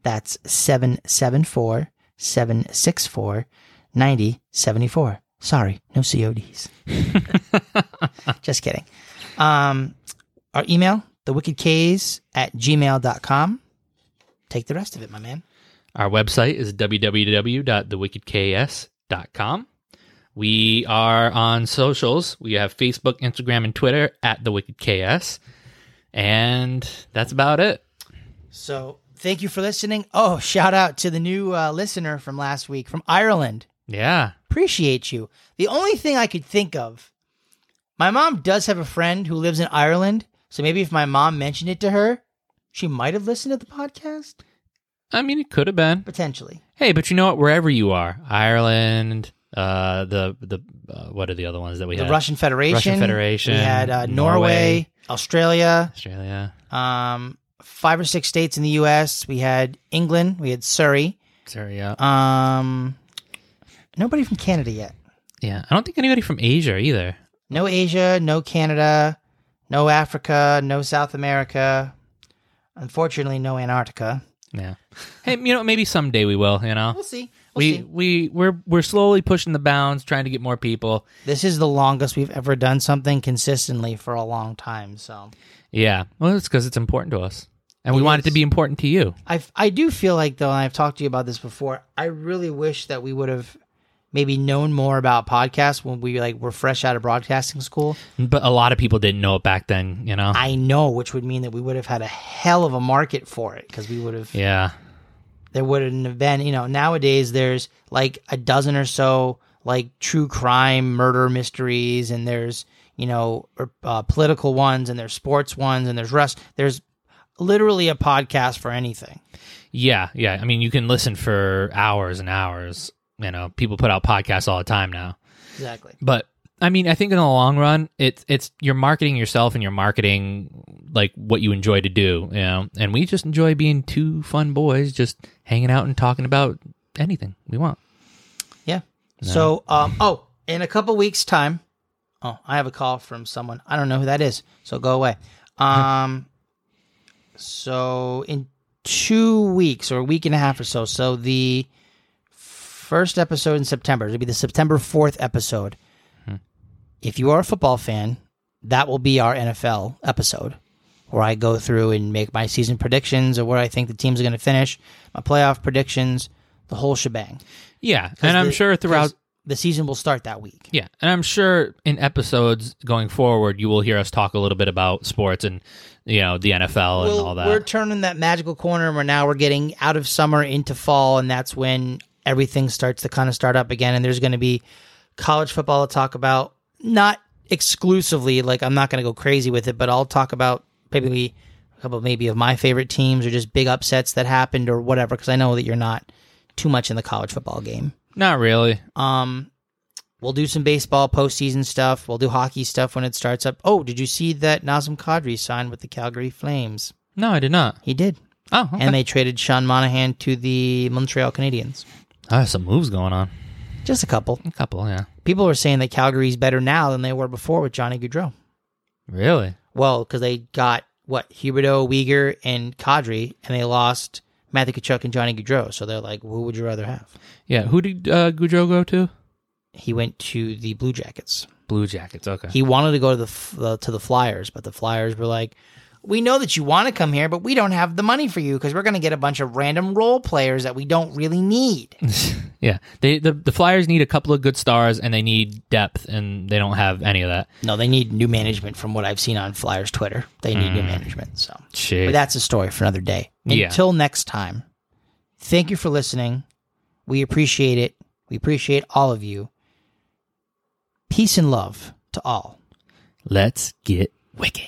B: That's 774 764 9074. Sorry, no CODs. Just kidding. Um, our email, thewickedks at gmail.com. Take the rest of it, my man.
C: Our website is www.thewickedks.com. We are on socials. We have Facebook, Instagram, and Twitter at the Wicked KS. And that's about it.
B: So thank you for listening. Oh, shout out to the new uh, listener from last week from Ireland.
C: Yeah.
B: Appreciate you. The only thing I could think of, my mom does have a friend who lives in Ireland. So maybe if my mom mentioned it to her, she might have listened to the podcast
C: I mean, it could have been.
B: potentially.
C: Hey, but you know what? Wherever you are, Ireland, uh, the the uh, what are the other ones that we
B: The
C: had?
B: Russian Federation,
C: Russian Federation,
B: We had uh, Norway,
C: Norway.
B: Australia,
C: Australia,
B: um, five or six states in the U.S. We had England. We had Surrey.
C: Syria.
B: Um, nobody from Canada yet.
C: Yeah, I don't think anybody from Asia either.
B: No Asia, no Canada, no Africa, no South America. Unfortunately, no Antarctica.
C: Yeah. Hey, you know, maybe someday we will. You know,
B: We'll see. We'll
C: we
B: see.
C: we we're we're slowly pushing the bounds, trying to get more people.
B: This is the longest we've ever done something consistently for a long time. So
C: Yeah. Well, it's because it's important to us, and we want it to be important to you.
B: I, I do feel like, though, and I've talked to you about this before, I really wish that we would have maybe known more about podcasts when we like were fresh out of broadcasting school.
C: But a lot of people didn't know it back then. You know.
B: I know, which would mean that we would have had a hell of a market for it because we would have
C: yeah.
B: there wouldn't have been you know nowadays there's like a dozen or so like true crime murder mysteries and there's you know er- uh, political ones and there's sports ones and there's rust there's literally a podcast for anything
C: Yeah. Yeah. I mean, you can listen for hours and hours. You know, people put out podcasts all the time now,
B: exactly
C: but I mean, I think in the long run, it's it's you're marketing yourself and you're marketing like what you enjoy to do, you know. And we just enjoy being two fun boys, just hanging out and talking about anything we want.
B: Yeah. So, um, oh, in a couple weeks' time, oh, I have a call from someone. I don't know who that is, so go away. Um, so in two weeks or a week and a half or so, so the first episode in September, it'll be the September fourth episode. If you are a football fan, that will be our NFL episode. Where I go through and make my season predictions, or where I think the teams are going to finish, my playoff predictions, the whole shebang.
C: Yeah, and I'm
B: the-
C: sure throughout
B: 'cause the season will start that week.
C: Yeah, and I'm sure in episodes going forward, you will hear us talk a little bit about sports and you know the NFL and all
B: We're
C: that.
B: turning that magical corner where now we're getting out of summer into fall, and that's when everything starts to kind of start up again. And there's going to be college football to talk about, not exclusively. Like I'm not going to go crazy with it, but I'll talk about maybe a couple maybe of my favorite teams or just big upsets that happened or whatever. Because I know that you're not too much in the college football game.
C: Not really.
B: Um, we'll do some baseball postseason stuff. We'll do hockey stuff when it starts up. Oh, did you see that Nazem Kadri signed with the Calgary Flames?
C: No, I did not.
B: He did,
C: Oh, okay.
B: and they traded Sean Monahan to the Montreal Canadiens.
C: Ah, some moves going on.
B: Just a couple.
C: A couple, yeah.
B: People were saying that Calgary's better now than they were before with Johnny Gaudreau.
C: Really?
B: Well, because they got what Huberto, Uyghur, and Kadri, and they lost Matthew Kachuk and Johnny Gaudreau. So they're like, who would you rather have?
C: Yeah. Who did uh, Goudreau go to?
B: He went to the Blue Jackets.
C: Blue Jackets. Okay.
B: He wanted to go to the, f- the to the Flyers, but the Flyers were like, "We know that you want to come here, but we don't have the money for you because we're going to get a bunch of random role players that we don't really need."
C: yeah. They the, the Flyers need a couple of good stars and they need depth and they don't have any of that.
B: no, they need new management from what I've seen on Flyers Twitter. They need new management. So,
C: Shit.
B: but that's a story for another day.
C: Yeah.
B: Until next time, thank you for listening. We appreciate it. We appreciate all of you. Peace and love to all.
C: Let's get wicked.